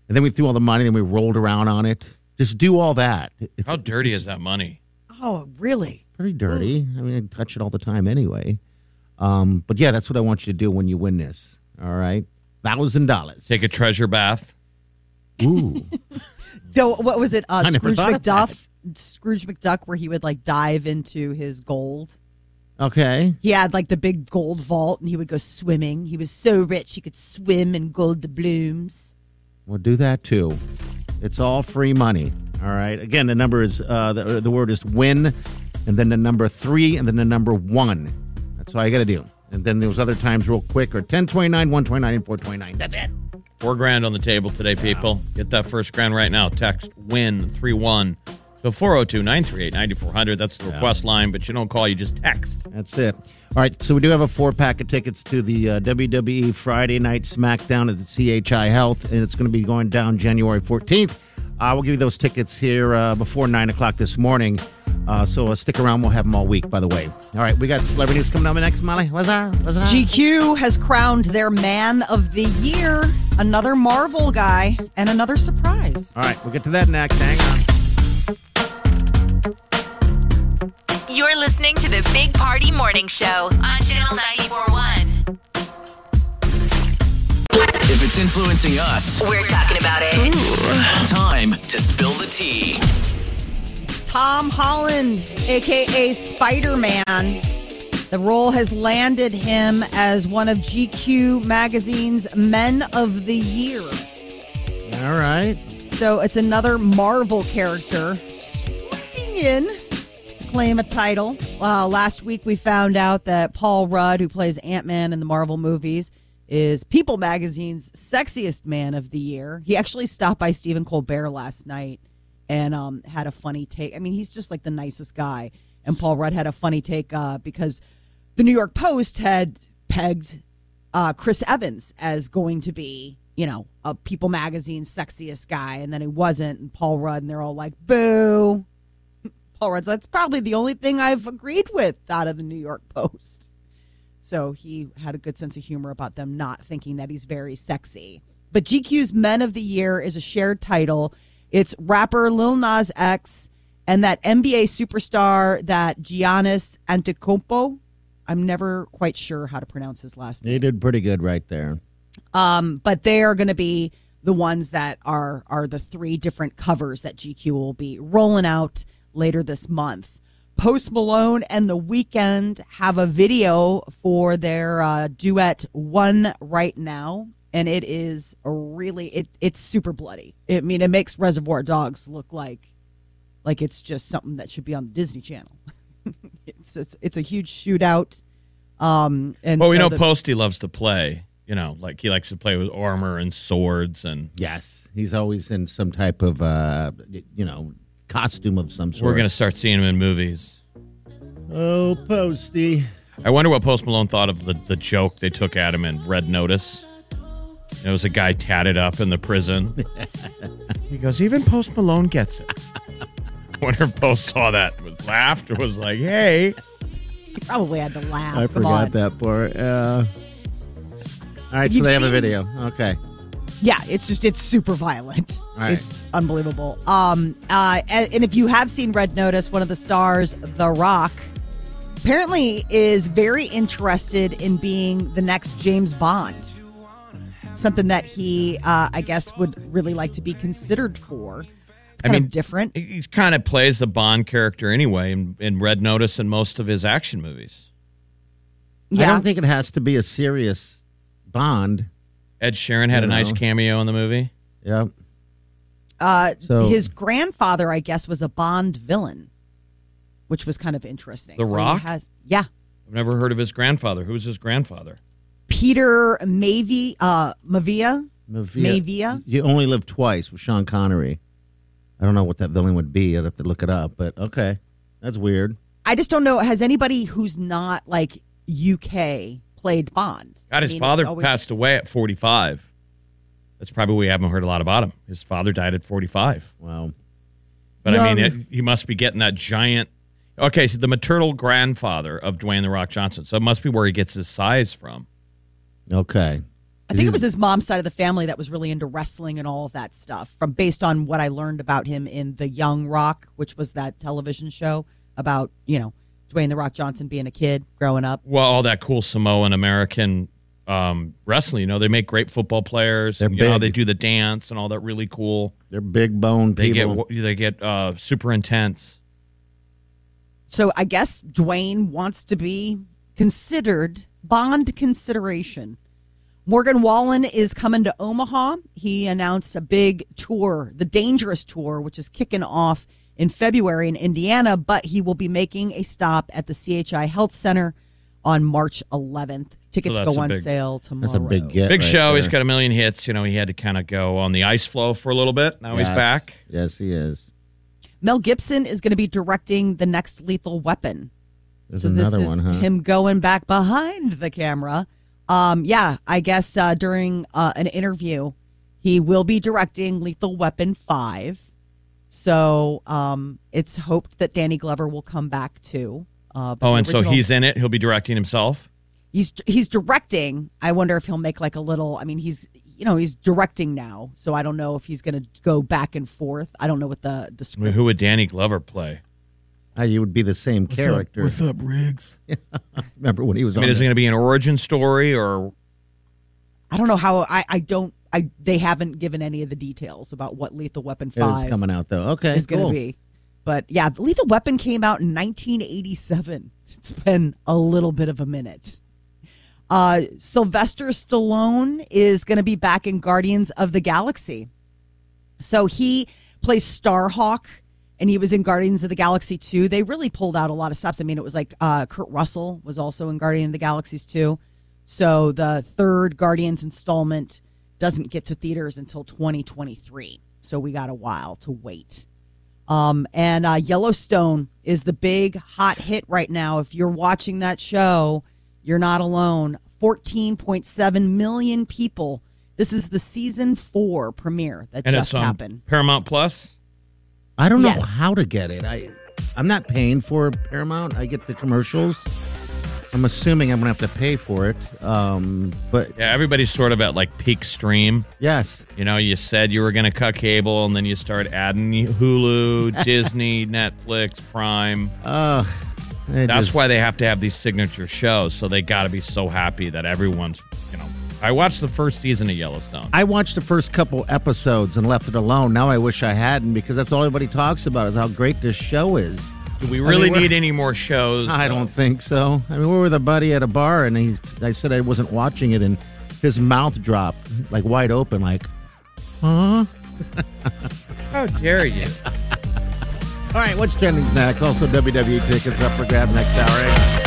[SPEAKER 4] And then we threw all the money, then we rolled around on it. Just do all that. It's,
[SPEAKER 5] How dirty
[SPEAKER 4] it's
[SPEAKER 5] is that money?
[SPEAKER 6] oh, really?
[SPEAKER 4] Pretty dirty. I mean, I touch it all the time anyway. Um, but yeah, that's what I want you to do when you win this. All right. Thousand dollars.
[SPEAKER 5] Take a treasure bath.
[SPEAKER 4] Ooh.
[SPEAKER 6] So, what was it? Uh,
[SPEAKER 4] I never
[SPEAKER 6] Scrooge
[SPEAKER 4] thought of that.
[SPEAKER 6] McDuff? Scrooge McDuck, where he would like dive into his gold.
[SPEAKER 4] okay.
[SPEAKER 6] He had like the big gold vault and he would go swimming. He was so rich he could swim in gold doubloons.
[SPEAKER 4] We'll do that too. It's all free money. All right. Again, the number is uh, the, the word is win, and then the number three, and then the number one. That's all I got to do. And then those other times, real quick, are 1029, 129, and 429. That's it.
[SPEAKER 5] Four grand on the table today, people. Get that first grand right now. Text win 3 1 to 402 938 9400. That's the request line, but you don't call, you just text.
[SPEAKER 4] That's it. All right, so we do have a four pack of tickets to the uh, WWE Friday Night SmackDown at the CHI Health, and it's going to be going down January 14th. I will give you those tickets here uh, before 9 o'clock this morning. Uh, so uh, stick around. We'll have them all week, by the way. All right, we got celebrity news coming up next, Molly. What's up? What's up?
[SPEAKER 6] GQ has crowned their man of the year, another Marvel guy, and another surprise.
[SPEAKER 4] All right, we'll get to that next. Hang on.
[SPEAKER 3] You're listening to the Big Party Morning Show on Channel 941.
[SPEAKER 7] If it's influencing us,
[SPEAKER 3] We're talking about it.
[SPEAKER 7] time to spill the tea.
[SPEAKER 6] Tom Holland, aka Spider Man. The role has landed him as one of GQ magazine's men of the year.
[SPEAKER 4] All right.
[SPEAKER 6] So it's another Marvel character swooping in to claim a title. Uh, last week we found out that Paul Rudd, who plays Ant Man in the Marvel movies, is People Magazine's sexiest man of the year. He actually stopped by Stephen Colbert last night and um, had a funny take. I mean, he's just like the nicest guy. And Paul Rudd had a funny take uh, because the New York Post had pegged uh, Chris Evans as going to be, you know, a People Magazine sexiest guy, and then he wasn't, and Paul Rudd, and they're all like, "Boo!" Paul Rudd's. That's probably the only thing I've agreed with out of the New York Post. So he had a good sense of humor about them not thinking that he's very sexy. But GQ's Men of the Year is a shared title. It's rapper Lil Nas X and that NBA superstar that Giannis Antetokounmpo. I'm never quite sure how to pronounce his last name
[SPEAKER 4] They did pretty good right there.
[SPEAKER 6] but they are going to be the ones that are are the three different covers that GQ will be rolling out later this month. Post Malone and The Weeknd have a video for their uh, duet "One Right Now," and it is a really it it's super bloody. I mean, it makes Reservoir Dogs look like like it's just something that should be on the Disney Channel. it's, it's it's a huge shootout. Um, and
[SPEAKER 5] Well, we
[SPEAKER 6] so
[SPEAKER 5] know
[SPEAKER 6] the-
[SPEAKER 5] Posty loves to play. You know, like he likes to play with armor and swords, and
[SPEAKER 4] Yes, he's always in some type of uh, you know costume of some sort.
[SPEAKER 5] we're gonna start seeing him in movies.
[SPEAKER 4] oh posty.
[SPEAKER 5] I wonder what Post Malone thought of the, the joke they took at him in Red Notice. It was a guy tatted up in the prison. he goes, even Post Malone gets it. I wonder if Post saw that, was laughed, or was like, hey.
[SPEAKER 6] he probably had to laugh.
[SPEAKER 4] I
[SPEAKER 6] Oh, Come
[SPEAKER 4] forgot
[SPEAKER 6] on.
[SPEAKER 4] that part. Uh, all right, so
[SPEAKER 6] You've
[SPEAKER 4] they have a
[SPEAKER 6] seen-
[SPEAKER 4] video. Okay.
[SPEAKER 6] Yeah, it's just it's super violent.
[SPEAKER 4] Right.
[SPEAKER 6] It's unbelievable. Um, uh, and, and if you have seen Red Notice, one of the stars, The Rock, apparently is very interested in being the next James Bond. Something that he, uh, I guess, would really like to be considered for. It's
[SPEAKER 5] I
[SPEAKER 6] kind
[SPEAKER 5] mean,
[SPEAKER 6] of different.
[SPEAKER 5] He, he kind of plays the Bond character anyway in, in Red Notice and most of his action movies.
[SPEAKER 4] I
[SPEAKER 6] Yeah,
[SPEAKER 4] don't think it has to be a serious bond.
[SPEAKER 5] Ed Sheeran had a nice
[SPEAKER 4] No.
[SPEAKER 5] cameo in the movie.
[SPEAKER 4] Yep.
[SPEAKER 6] uh,
[SPEAKER 4] So-
[SPEAKER 6] his grandfather, I guess, was a Bond villain, which was kind of interesting.
[SPEAKER 5] The
[SPEAKER 6] So he
[SPEAKER 5] Rock?
[SPEAKER 6] has, yeah.
[SPEAKER 5] I've never heard of his grandfather. Who was his grandfather?
[SPEAKER 6] Peter Mavie, uh, Mavia.
[SPEAKER 4] Mavia.
[SPEAKER 6] Mavia?
[SPEAKER 4] You only live twice with Sean Connery. I don't know what that villain would be. I'd have to look it up, but okay. That's weird.
[SPEAKER 6] I just don't know. Has anybody who's not like UK played Bond?
[SPEAKER 5] God, his
[SPEAKER 6] I mean, it's
[SPEAKER 5] father
[SPEAKER 6] always-
[SPEAKER 5] passed away at 45. That's probably why we haven't heard a lot about him. His father died at 45.
[SPEAKER 4] Wow.
[SPEAKER 5] But I mean, it, you must be getting that giant. Okay, so the maternal grandfather of Dwayne the Rock Johnson. So it must be where he gets his size from.
[SPEAKER 4] Okay.
[SPEAKER 6] I think it was his mom's side of the family that was really into wrestling and all of that stuff. From based on what I learned about him in The Young Rock, which was that television show about you know Dwayne the Rock Johnson being a kid growing up.
[SPEAKER 5] Well, all that cool Samoan American um, wrestling. You know, they make great football players.
[SPEAKER 4] They're
[SPEAKER 5] and, you know,
[SPEAKER 4] big.
[SPEAKER 5] they do the dance and all that really cool.
[SPEAKER 4] They're big bone
[SPEAKER 5] They
[SPEAKER 4] people.
[SPEAKER 5] get they get uh, super intense.
[SPEAKER 6] So I guess Dwayne wants to be considered bond consideration. Morgan Wallen is coming to Omaha. He announced a big tour, the Dangerous Tour, which is kicking off in February in Indiana, but he will be making a stop at the CHI Health Center on March 11th. Tickets
[SPEAKER 5] that's
[SPEAKER 6] go
[SPEAKER 5] a
[SPEAKER 6] on
[SPEAKER 5] big-
[SPEAKER 6] sale tomorrow.
[SPEAKER 4] That's a big get.
[SPEAKER 5] Big
[SPEAKER 4] right
[SPEAKER 5] show. He's
[SPEAKER 4] there.
[SPEAKER 5] got a million hits. You know, he had to kind of go on the ice flow for a little bit. Now he's
[SPEAKER 4] Yes.
[SPEAKER 5] back.
[SPEAKER 4] Yes, he is.
[SPEAKER 6] Mel Gibson is going to be directing the next Lethal Weapon.
[SPEAKER 4] There's
[SPEAKER 6] so this
[SPEAKER 4] another
[SPEAKER 6] is
[SPEAKER 4] one, huh?
[SPEAKER 6] him going back behind the camera. Um, yeah, I guess uh, during uh, an interview, he will be directing Lethal Weapon Five. So um, it's hoped that Danny Glover will come back too. Uh, but
[SPEAKER 5] Oh,
[SPEAKER 6] the
[SPEAKER 5] and so
[SPEAKER 6] original-
[SPEAKER 5] he's in it. He'll be directing himself.
[SPEAKER 6] he's he's directing. I wonder if he'll make like a little. I mean, he's you know he's directing now, so I don't know if he's going to go back and forth. I don't know what the
[SPEAKER 5] I mean,
[SPEAKER 6] the script.
[SPEAKER 5] who would Danny Glover play?
[SPEAKER 4] Ah, you would be the same character.
[SPEAKER 8] up, Riggs?
[SPEAKER 4] Remember when he was
[SPEAKER 5] I mean,
[SPEAKER 4] on
[SPEAKER 5] is it
[SPEAKER 4] the-
[SPEAKER 5] going to be an origin story or
[SPEAKER 6] I don't know how I I don't I they haven't given any of the details about what Lethal Weapon
[SPEAKER 4] It is
[SPEAKER 6] Five
[SPEAKER 4] coming out though. Okay.
[SPEAKER 6] is going
[SPEAKER 4] cool.
[SPEAKER 6] to be. But yeah, the Lethal Weapon came out in 1987. It's been a little bit of a minute. Uh, Sylvester Stallone is going to be back in Guardians of the Galaxy. So he plays Starhawk, and he was in Guardians of the Galaxy 2. They really pulled out a lot of stops. I mean, it was like uh, Kurt Russell was also in Guardian of the Galaxies 2. So the third Guardians installment doesn't get to theaters until 2023. So we got a while to wait. Um, and uh, Yellowstone is the big hot hit right now. If you're watching that show, you're not alone. 14.7 million people. This is the season four premiere that
[SPEAKER 5] and
[SPEAKER 4] um,
[SPEAKER 6] just
[SPEAKER 5] it's um, on
[SPEAKER 6] happened.
[SPEAKER 5] Paramount Plus?
[SPEAKER 4] I don't know
[SPEAKER 6] Yes.
[SPEAKER 4] how to get it. I I'm not paying for Paramount. I get the commercials. I'm assuming I'm gonna have to pay for it. Um, but
[SPEAKER 5] Yeah, everybody's sort of at like peak stream.
[SPEAKER 4] yes,
[SPEAKER 5] You know, you said you were going to cut cable, and then you start adding Hulu, Disney, Netflix, Prime.
[SPEAKER 4] uh, it
[SPEAKER 5] That's
[SPEAKER 4] is-
[SPEAKER 5] why they have to have these signature shows. So they got to be so happy that everyone's, you know. I watched the first season of Yellowstone.
[SPEAKER 4] I watched the first couple episodes and left it alone. Now I wish I hadn't because that's all everybody talks about is how great this show is.
[SPEAKER 5] Do we really
[SPEAKER 4] I mean, we're-
[SPEAKER 5] need any more shows?
[SPEAKER 4] I don't think so. I mean, we were with a buddy at a bar, and he, I said I wasn't watching it, and his mouth dropped like wide open, like,
[SPEAKER 5] How dare you?
[SPEAKER 4] "All right, what's trending next?" Also, WWE tickets up for grab next hour. eh?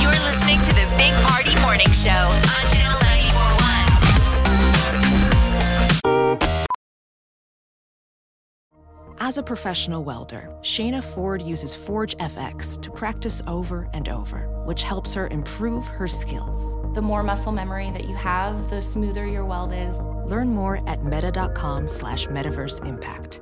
[SPEAKER 3] You're listening to the Big Party Morning Show on Channel 941.
[SPEAKER 9] As a professional welder, Shayna Ford uses Forge FX to practice over and over, which helps her improve her skills.
[SPEAKER 10] The more muscle memory that you have, the smoother your weld is.
[SPEAKER 9] Learn more at meta.com slash metaverse impact.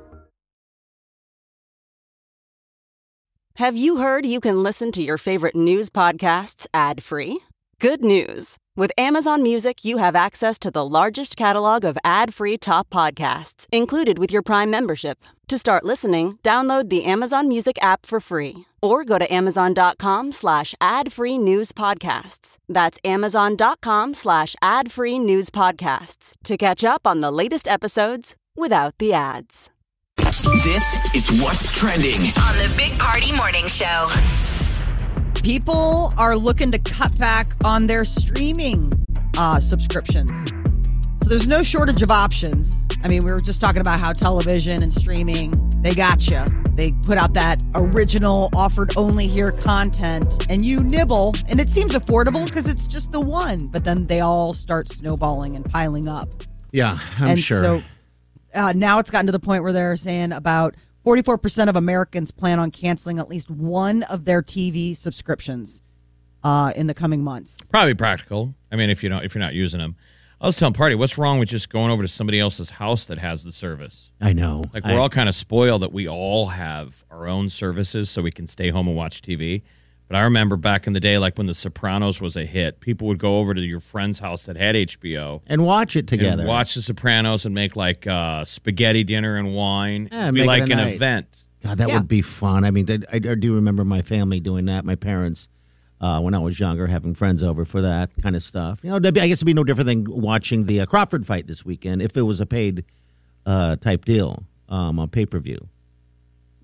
[SPEAKER 11] Have you heard you can listen to your favorite news podcasts ad free? Good news! With Amazon Music, you have access to the largest catalog of ad free top podcasts included with your Prime membership. To start listening, download the Amazon Music app for free or go to amazon.com slash ad free news podcasts. That's amazon.com slash ad free news podcasts to catch up on the latest episodes without the ads.
[SPEAKER 7] This is what's trending.
[SPEAKER 3] On the Big Party Morning Show.
[SPEAKER 6] People are looking to cut back on their streaming uh, subscriptions. So there's no shortage of options. I mean, we were just talking about how television and streaming, they got you. They put out that original, offered only here content, and you nibble, and it seems affordable because it's just the one, but then they all start snowballing and piling up.
[SPEAKER 4] Yeah, I'm
[SPEAKER 6] and
[SPEAKER 4] sure.
[SPEAKER 6] so uh, now it's gotten to the point where they're saying about 44% of Americans plan on canceling at least one of their TV subscriptions uh, in the coming months.
[SPEAKER 5] Probably practical. I mean, if you don't, if you're not using them, I was telling Party, what's wrong with just going over to somebody else's house that has the service?
[SPEAKER 4] I know.
[SPEAKER 5] Like
[SPEAKER 4] I-
[SPEAKER 5] we're all kind of spoiled that we all have our own services, so we can stay home and watch TV. But I remember back in the day, like when The Sopranos was a hit, people would go over to your friend's house that had HBO
[SPEAKER 4] and watch it together.
[SPEAKER 5] and watch The Sopranos and make like uh, spaghetti dinner and wine.
[SPEAKER 4] Yeah,
[SPEAKER 5] It'd be
[SPEAKER 4] make it
[SPEAKER 5] like
[SPEAKER 4] a
[SPEAKER 5] an
[SPEAKER 4] night.
[SPEAKER 5] event.
[SPEAKER 4] God, that
[SPEAKER 6] Yeah.
[SPEAKER 4] would be fun. I mean, I, I do remember my family doing that. My parents, uh, when I was younger, having friends over for that kind of stuff. You know, that'd be, I guess it'd be no different than watching the uh, Crawford fight this weekend if it was a paid uh, type deal um, on pay per view.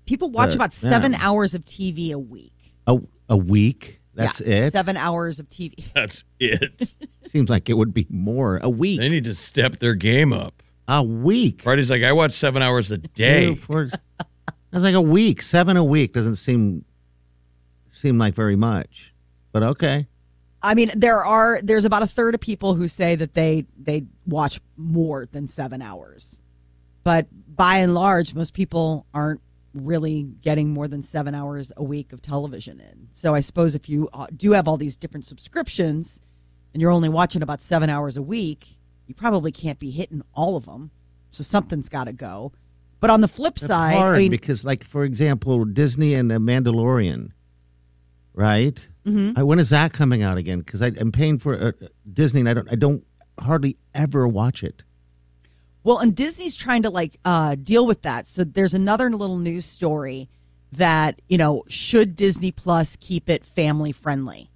[SPEAKER 6] People watch
[SPEAKER 4] Right.
[SPEAKER 6] about seven
[SPEAKER 4] Yeah.
[SPEAKER 6] hours of TV a week.
[SPEAKER 4] A, a week? That's
[SPEAKER 6] Yeah,
[SPEAKER 4] it?
[SPEAKER 6] Seven hours of TV.
[SPEAKER 5] That's it.
[SPEAKER 4] Seems like it would be more. A week.
[SPEAKER 5] they need to step their game up.
[SPEAKER 4] a week.
[SPEAKER 5] Party's like, I watch seven hours a
[SPEAKER 4] Two,
[SPEAKER 5] day.
[SPEAKER 4] four- that's like a week. Seven a week doesn't seem seem like very much, but okay.
[SPEAKER 6] I mean, there are there's about a third of people who say that they they watch more than seven hours, but by and large, most people aren't really getting more than seven hours a week of television in. So I suppose if you uh, do have all these different subscriptions and you're only watching about seven hours a week, you probably can't be hitting all of them. So something's got to go. But on the flip
[SPEAKER 4] That's
[SPEAKER 6] side,
[SPEAKER 4] hard
[SPEAKER 6] I mean,
[SPEAKER 4] because, like for example, Disney and The Mandalorian, right? Mm-hmm. I, when is that coming out again? Because I'm paying for uh, Disney, and I don't, I don't hardly ever watch it.
[SPEAKER 6] Well, and Disney's trying to like uh, deal with that. So there's another little news story that you know should Disney Plus keep it family friendly?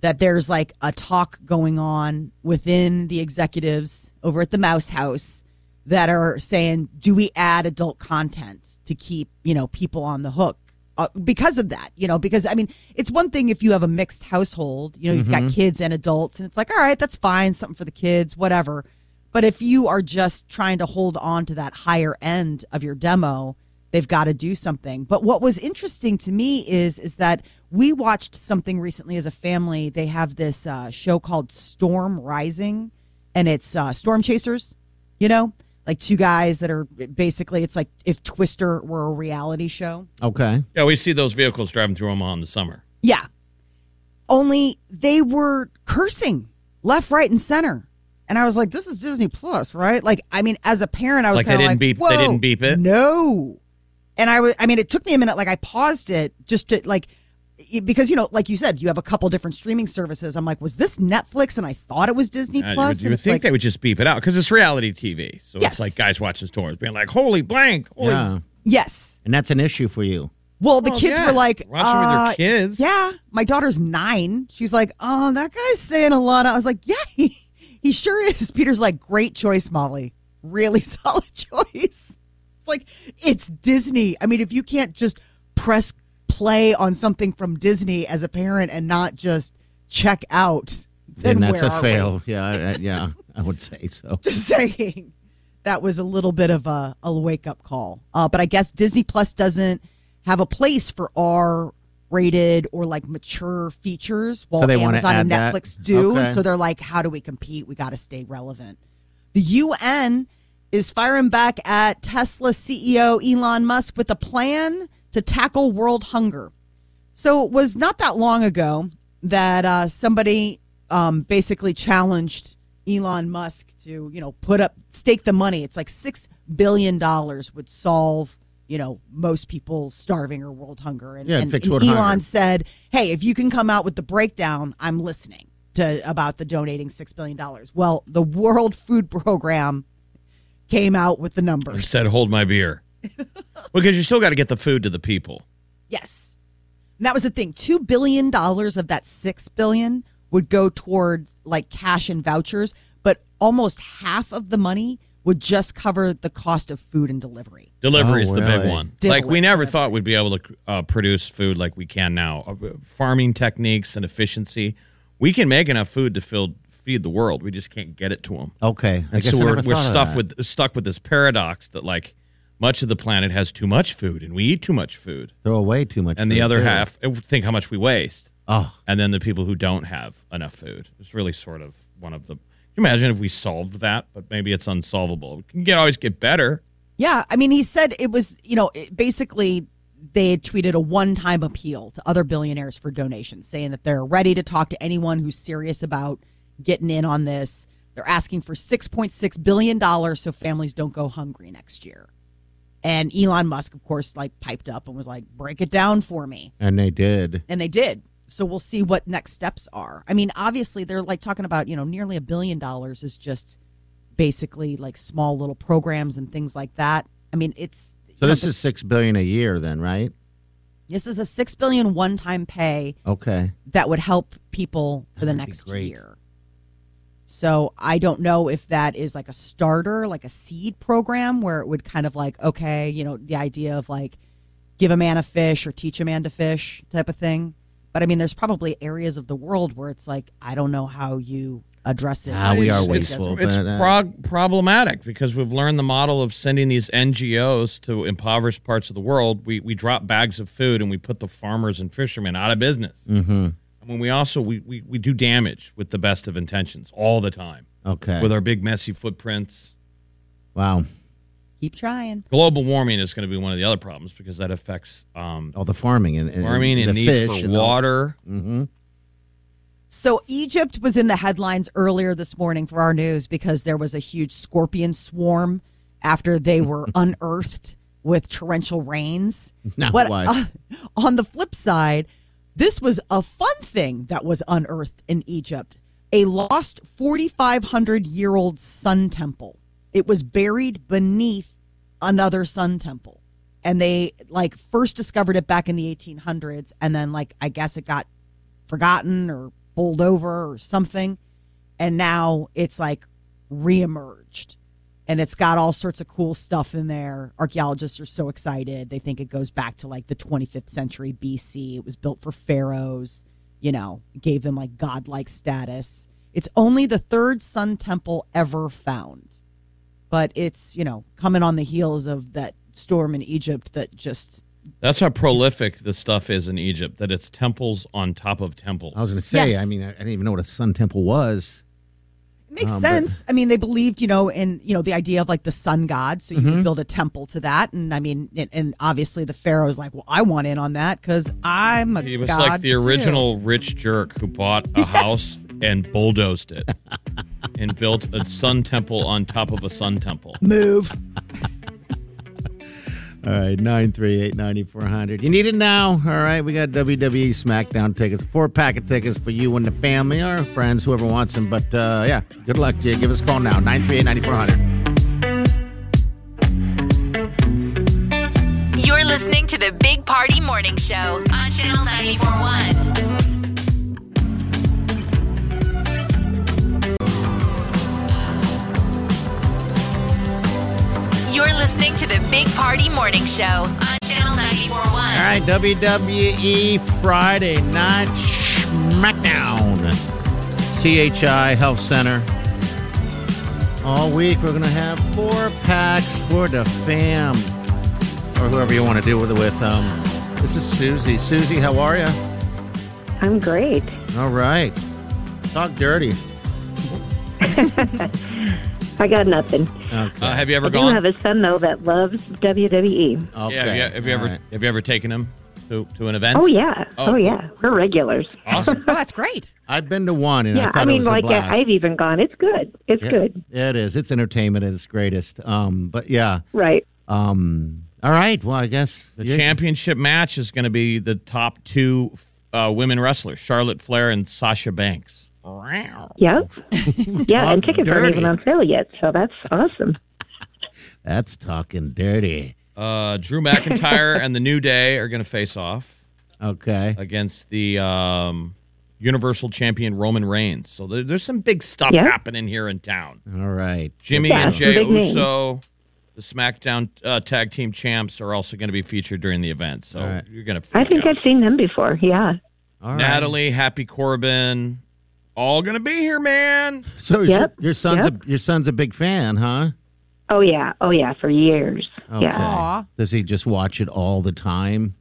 [SPEAKER 6] That there's like a talk going on within the executives over at the Mouse House that are saying, do we add adult content to keep you know people on the hook? Uh, because of that, you know, because I mean, it's one thing if you have a mixed household, you know, you've got kids and adults, and it's like, all right, that's fine, something for the kids, whatever. But if you are just trying to hold on to that higher end of your demo, they've got to do something. But what was interesting to me is is that we watched something recently as a family. They have this uh, show called Storm Rising, and it's uh, storm chasers, you know, like two guys that are basically it's like if Twister were a reality show.
[SPEAKER 4] Okay.
[SPEAKER 5] Yeah, we see those vehicles driving through Omaha in the summer.
[SPEAKER 6] Yeah. Only they were cursing left, right, and center. And I was like, this is Disney Plus, right? Like, I mean, as a parent, I was
[SPEAKER 5] Like they
[SPEAKER 6] kinda
[SPEAKER 5] didn't beep- they
[SPEAKER 6] Whoa,
[SPEAKER 5] didn't beep it?
[SPEAKER 6] No. And I was, I mean, it took me a minute. Like, I paused it just to, like, it- because, you know, like you said, you have a couple different streaming services. I'm like, was this Netflix? And I thought it was Disney
[SPEAKER 5] Uh, you
[SPEAKER 6] Plus.
[SPEAKER 5] would- you
[SPEAKER 6] and
[SPEAKER 5] would
[SPEAKER 6] it's
[SPEAKER 5] think
[SPEAKER 6] like,
[SPEAKER 5] they would just beep it out because it's reality TV. So
[SPEAKER 6] Yes.
[SPEAKER 5] it's like guys watching stores being like, holy blank. Holy.
[SPEAKER 4] Yeah.
[SPEAKER 6] yes.
[SPEAKER 4] And that's an issue for you.
[SPEAKER 6] Well, the
[SPEAKER 5] Well,
[SPEAKER 6] kids
[SPEAKER 5] yeah.
[SPEAKER 6] were like,
[SPEAKER 5] Watch them with your
[SPEAKER 6] uh,
[SPEAKER 5] kids.
[SPEAKER 6] Yeah, my daughter's nine. She's like, oh, that guy's saying a lot. I was like, yeah, he, he sure is. Peter's like, great choice, Molly. Really solid choice. It's like it's Disney. I mean, if you can't just press play on something from Disney as a parent and not just check out,
[SPEAKER 4] Then,
[SPEAKER 6] then,
[SPEAKER 4] that's
[SPEAKER 6] where
[SPEAKER 4] a
[SPEAKER 6] are
[SPEAKER 4] fail. Yeah, I- I- yeah, I would say so.
[SPEAKER 6] We? Just saying. That was a little bit of a, a wake up call. Uh, but I guess Disney Plus doesn't have a place for R rated or like mature features while
[SPEAKER 4] So they wanna
[SPEAKER 6] Amazon and
[SPEAKER 4] add that?
[SPEAKER 6] Netflix do.
[SPEAKER 4] Okay.
[SPEAKER 6] And so they're like, how do we compete? We got to stay relevant. The UN is firing back at Tesla CEO Elon Musk with a plan to tackle world hunger. So it was not that long ago that uh, somebody um, basically challenged Elon Musk to, you know, put up, stake the money. It's like $6 billion would solve, you know, most people starving or world hunger. And,
[SPEAKER 4] Yeah,
[SPEAKER 6] and,
[SPEAKER 4] fix
[SPEAKER 6] and
[SPEAKER 4] world
[SPEAKER 6] Elon
[SPEAKER 4] hunger.
[SPEAKER 6] said, hey, if you can come out with the breakdown, I'm listening to about the donating $6 billion. Well, the World Food Program came out with the
[SPEAKER 5] Or
[SPEAKER 6] numbers.
[SPEAKER 5] said, hold my beer. because you still got to get the food to the people.
[SPEAKER 6] Yes. And that was the thing. Two billion dollars of that six billion would go towards like cash and vouchers, but almost half of the money would just cover the cost of food and delivery.
[SPEAKER 5] Delivery is
[SPEAKER 4] Oh,
[SPEAKER 5] the big
[SPEAKER 4] really?
[SPEAKER 5] one.
[SPEAKER 6] Delivery,
[SPEAKER 5] like we never thought we'd be able to uh, produce food like we can now. Uh, farming techniques and efficiency, we can make enough food to fill, feed the world. We just can't get it to them.
[SPEAKER 4] Okay, I
[SPEAKER 5] And
[SPEAKER 4] guess
[SPEAKER 5] so
[SPEAKER 4] I
[SPEAKER 5] we're,
[SPEAKER 4] never
[SPEAKER 5] we're
[SPEAKER 4] thought of
[SPEAKER 5] stuck
[SPEAKER 4] that.
[SPEAKER 5] with stuck with this paradox that like much of the planet has too much food and we eat too much food,
[SPEAKER 4] throw away too much,
[SPEAKER 5] and the
[SPEAKER 4] food,
[SPEAKER 5] other
[SPEAKER 4] too.
[SPEAKER 5] half think how much we waste,
[SPEAKER 4] Oh,
[SPEAKER 5] and then the people who don't have enough food. It's really sort of one of the. Can you imagine if we solved that? But maybe it's unsolvable. We can get always get better.
[SPEAKER 6] Yeah, I mean, he said it was, you know, it, basically they had tweeted a one-time appeal to other billionaires for donations, saying that they're ready to talk to anyone who's serious about getting in on this. They're asking for 6.6 billion dollars so families don't go hungry next year. And Elon Musk, of course, like piped up and was like, "Break it down for me."
[SPEAKER 4] and they did.
[SPEAKER 6] and they did. So we'll see what next steps are. I mean, obviously they're like talking about, you know, nearly a billion dollars is just basically like small little programs and things like that. I mean, it's you
[SPEAKER 4] So
[SPEAKER 6] know,
[SPEAKER 4] this
[SPEAKER 6] the-
[SPEAKER 4] is six billion a year, then, right?
[SPEAKER 6] this is a 6 billion one-time pay
[SPEAKER 4] Okay.
[SPEAKER 6] that would help people for the
[SPEAKER 4] That'd be
[SPEAKER 6] next
[SPEAKER 4] great.
[SPEAKER 6] year. So I don't know if that is like a starter, like a seed program where it would kind of like, okay, you know, the idea of like give a man a fish or teach a man to fish type of thing. But I mean, there's probably areas of the world where it's like, I don't know how you address it.
[SPEAKER 4] Ah, we are
[SPEAKER 6] It doesn't-
[SPEAKER 4] wasteful.
[SPEAKER 5] It's
[SPEAKER 4] but, uh,
[SPEAKER 5] prog- problematic because we've learned the model of sending these NGOs to impoverished parts of the world. We we drop bags of food and we put the farmers and fishermen out of business.
[SPEAKER 4] Mm-hmm.
[SPEAKER 5] And when we also we, we, we do damage with the best of intentions all the time
[SPEAKER 4] Okay.
[SPEAKER 5] with our big messy footprints.
[SPEAKER 4] wow.
[SPEAKER 6] Keep trying.
[SPEAKER 5] Global warming is going to be one of the other problems because that affects um,
[SPEAKER 4] All the farming and, and
[SPEAKER 5] farming and
[SPEAKER 4] the
[SPEAKER 5] needs
[SPEAKER 4] fish
[SPEAKER 5] for
[SPEAKER 4] and all-
[SPEAKER 5] water.
[SPEAKER 4] Mhm.
[SPEAKER 6] So Egypt was in the headlines earlier this morning for our news because there was a huge scorpion swarm after they were unearthed with torrential rains.
[SPEAKER 4] Now
[SPEAKER 6] But,
[SPEAKER 4] what?
[SPEAKER 6] uh, on the flip side, this was a fun thing that was unearthed in Egypt. A lost 4500 year old sun temple. It was buried beneath another sun temple. And they like first discovered it back in the 1800s and then like I guess it got forgotten or pulled over or something. And now it's like reemerged. And it's got all sorts of cool stuff in there. Archaeologists are so excited. They think it goes back to like the 25th century BC. It was built for pharaohs, you know, gave them like godlike status. It's only the third sun temple ever found. But it's, you know, coming on the heels of that storm in Egypt that just
[SPEAKER 5] That's how prolific the stuff is in Egypt. That it's temples on top of temples.
[SPEAKER 4] Oh I was going to say.
[SPEAKER 6] Yes.
[SPEAKER 4] I mean, I, I didn't even know what a sun temple was.
[SPEAKER 6] Makes
[SPEAKER 4] Um, but-
[SPEAKER 6] sense. I mean, they believed, you know, in you know the idea of like the sun god, so you
[SPEAKER 4] Mhm.
[SPEAKER 6] would build a temple to that. And I mean, and, and obviously the pharaoh's like, well, I want in on that because I'm a
[SPEAKER 5] He was
[SPEAKER 6] god.
[SPEAKER 5] like the
[SPEAKER 6] too."
[SPEAKER 5] original rich jerk who bought a house and bulldozed it and built a sun temple on top of a sun temple.
[SPEAKER 4] Mm.
[SPEAKER 6] Move.
[SPEAKER 4] All right, 938 9400. You need it now. All right, we got WWE SmackDown tickets, four pack of tickets for you and the family or friends, whoever wants them. But uh, yeah, good luck to you. Give us a call now, 938 9400.
[SPEAKER 3] You're listening to the Big Party Morning Show on Channel 941. You're listening to the Big Party Morning Show on Channel 941.
[SPEAKER 4] All right, WWE Friday Night SmackDown, CHI Health Center. All week, we're going to have four packs for the fam or whoever you want to do with it with. Um, this is Susie. Susie, how are you?
[SPEAKER 12] I'm great.
[SPEAKER 4] All right. Talk dirty.
[SPEAKER 12] I got nothing.
[SPEAKER 4] Okay.
[SPEAKER 5] Uh, have you ever
[SPEAKER 12] I do
[SPEAKER 5] gone?
[SPEAKER 12] have a son though that loves E. WWE.
[SPEAKER 5] Yeah, have you, have you ever have you ever taken him to, to an event?
[SPEAKER 12] Oh yeah. Oh,
[SPEAKER 5] cool.
[SPEAKER 12] yeah. We're regulars.
[SPEAKER 4] Awesome.
[SPEAKER 6] oh, that's great.
[SPEAKER 4] I've been to one, and
[SPEAKER 12] yeah,
[SPEAKER 4] I thought it
[SPEAKER 12] mean,
[SPEAKER 4] was
[SPEAKER 12] like
[SPEAKER 4] a blast.
[SPEAKER 12] I've even gone. It's good. It's
[SPEAKER 4] Yeah,
[SPEAKER 12] good.
[SPEAKER 4] It is. It's entertainment at its greatest. Um, but yeah.
[SPEAKER 12] Right.
[SPEAKER 4] Um. All right. Well, I guess
[SPEAKER 5] The
[SPEAKER 4] you're-
[SPEAKER 5] championship match is going to be the top two uh, women wrestlers, Charlotte Flair and Sasha Banks.
[SPEAKER 12] Yep. yeah, and
[SPEAKER 5] Talk
[SPEAKER 12] tickets aren't
[SPEAKER 5] dirty.
[SPEAKER 12] even on sale yet, so that's awesome.
[SPEAKER 4] That's talking dirty.
[SPEAKER 5] Uh, Drew McIntyre and the New Day are going to face off.
[SPEAKER 4] Okay.
[SPEAKER 5] Against the um, Universal Champion Roman Reigns. So there, there's some big stuff
[SPEAKER 12] Yeah.
[SPEAKER 5] happening here in town.
[SPEAKER 4] All right.
[SPEAKER 5] Jimmy
[SPEAKER 4] Yeah,
[SPEAKER 5] and
[SPEAKER 4] some
[SPEAKER 5] Jay
[SPEAKER 4] big names.
[SPEAKER 5] Uso, the SmackDown uh, Tag Team Champs, are also going to be featured during the event. So you're going to
[SPEAKER 12] I think I've seen them before. Yeah.
[SPEAKER 5] Natalie, Happy Corbin, all going to be here, man.
[SPEAKER 4] So is
[SPEAKER 12] Yep,
[SPEAKER 4] your, your son's a, your son's a big fan, huh?
[SPEAKER 12] Oh yeah. Oh yeah. For years.
[SPEAKER 4] Okay.
[SPEAKER 12] Yeah.
[SPEAKER 4] Does he just watch it all the time?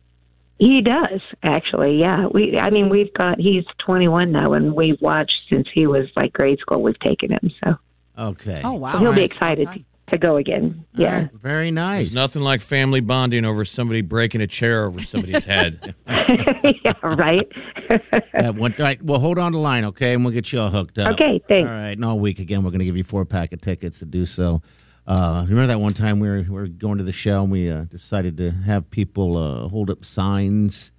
[SPEAKER 12] He does actually. Yeah. We. I mean, we've got. He's 21 now, and we've watched since he was like grade school. We've taken him. So.
[SPEAKER 4] Okay.
[SPEAKER 12] Oh wow. He'll be excited to go again. Yeah.
[SPEAKER 4] Very nice.
[SPEAKER 5] There's nothing like family bonding over somebody breaking a chair over somebody's head.
[SPEAKER 12] yeah. Right.
[SPEAKER 4] That one, all right. Well, hold on the line, okay, and we'll get you all hooked up.
[SPEAKER 12] Okay, thanks.
[SPEAKER 4] All right. And all week again, we're going to give you four pack of tickets to do so. Uh, remember that one time we were, we were going to the show and we uh, decided to have people uh, hold up signs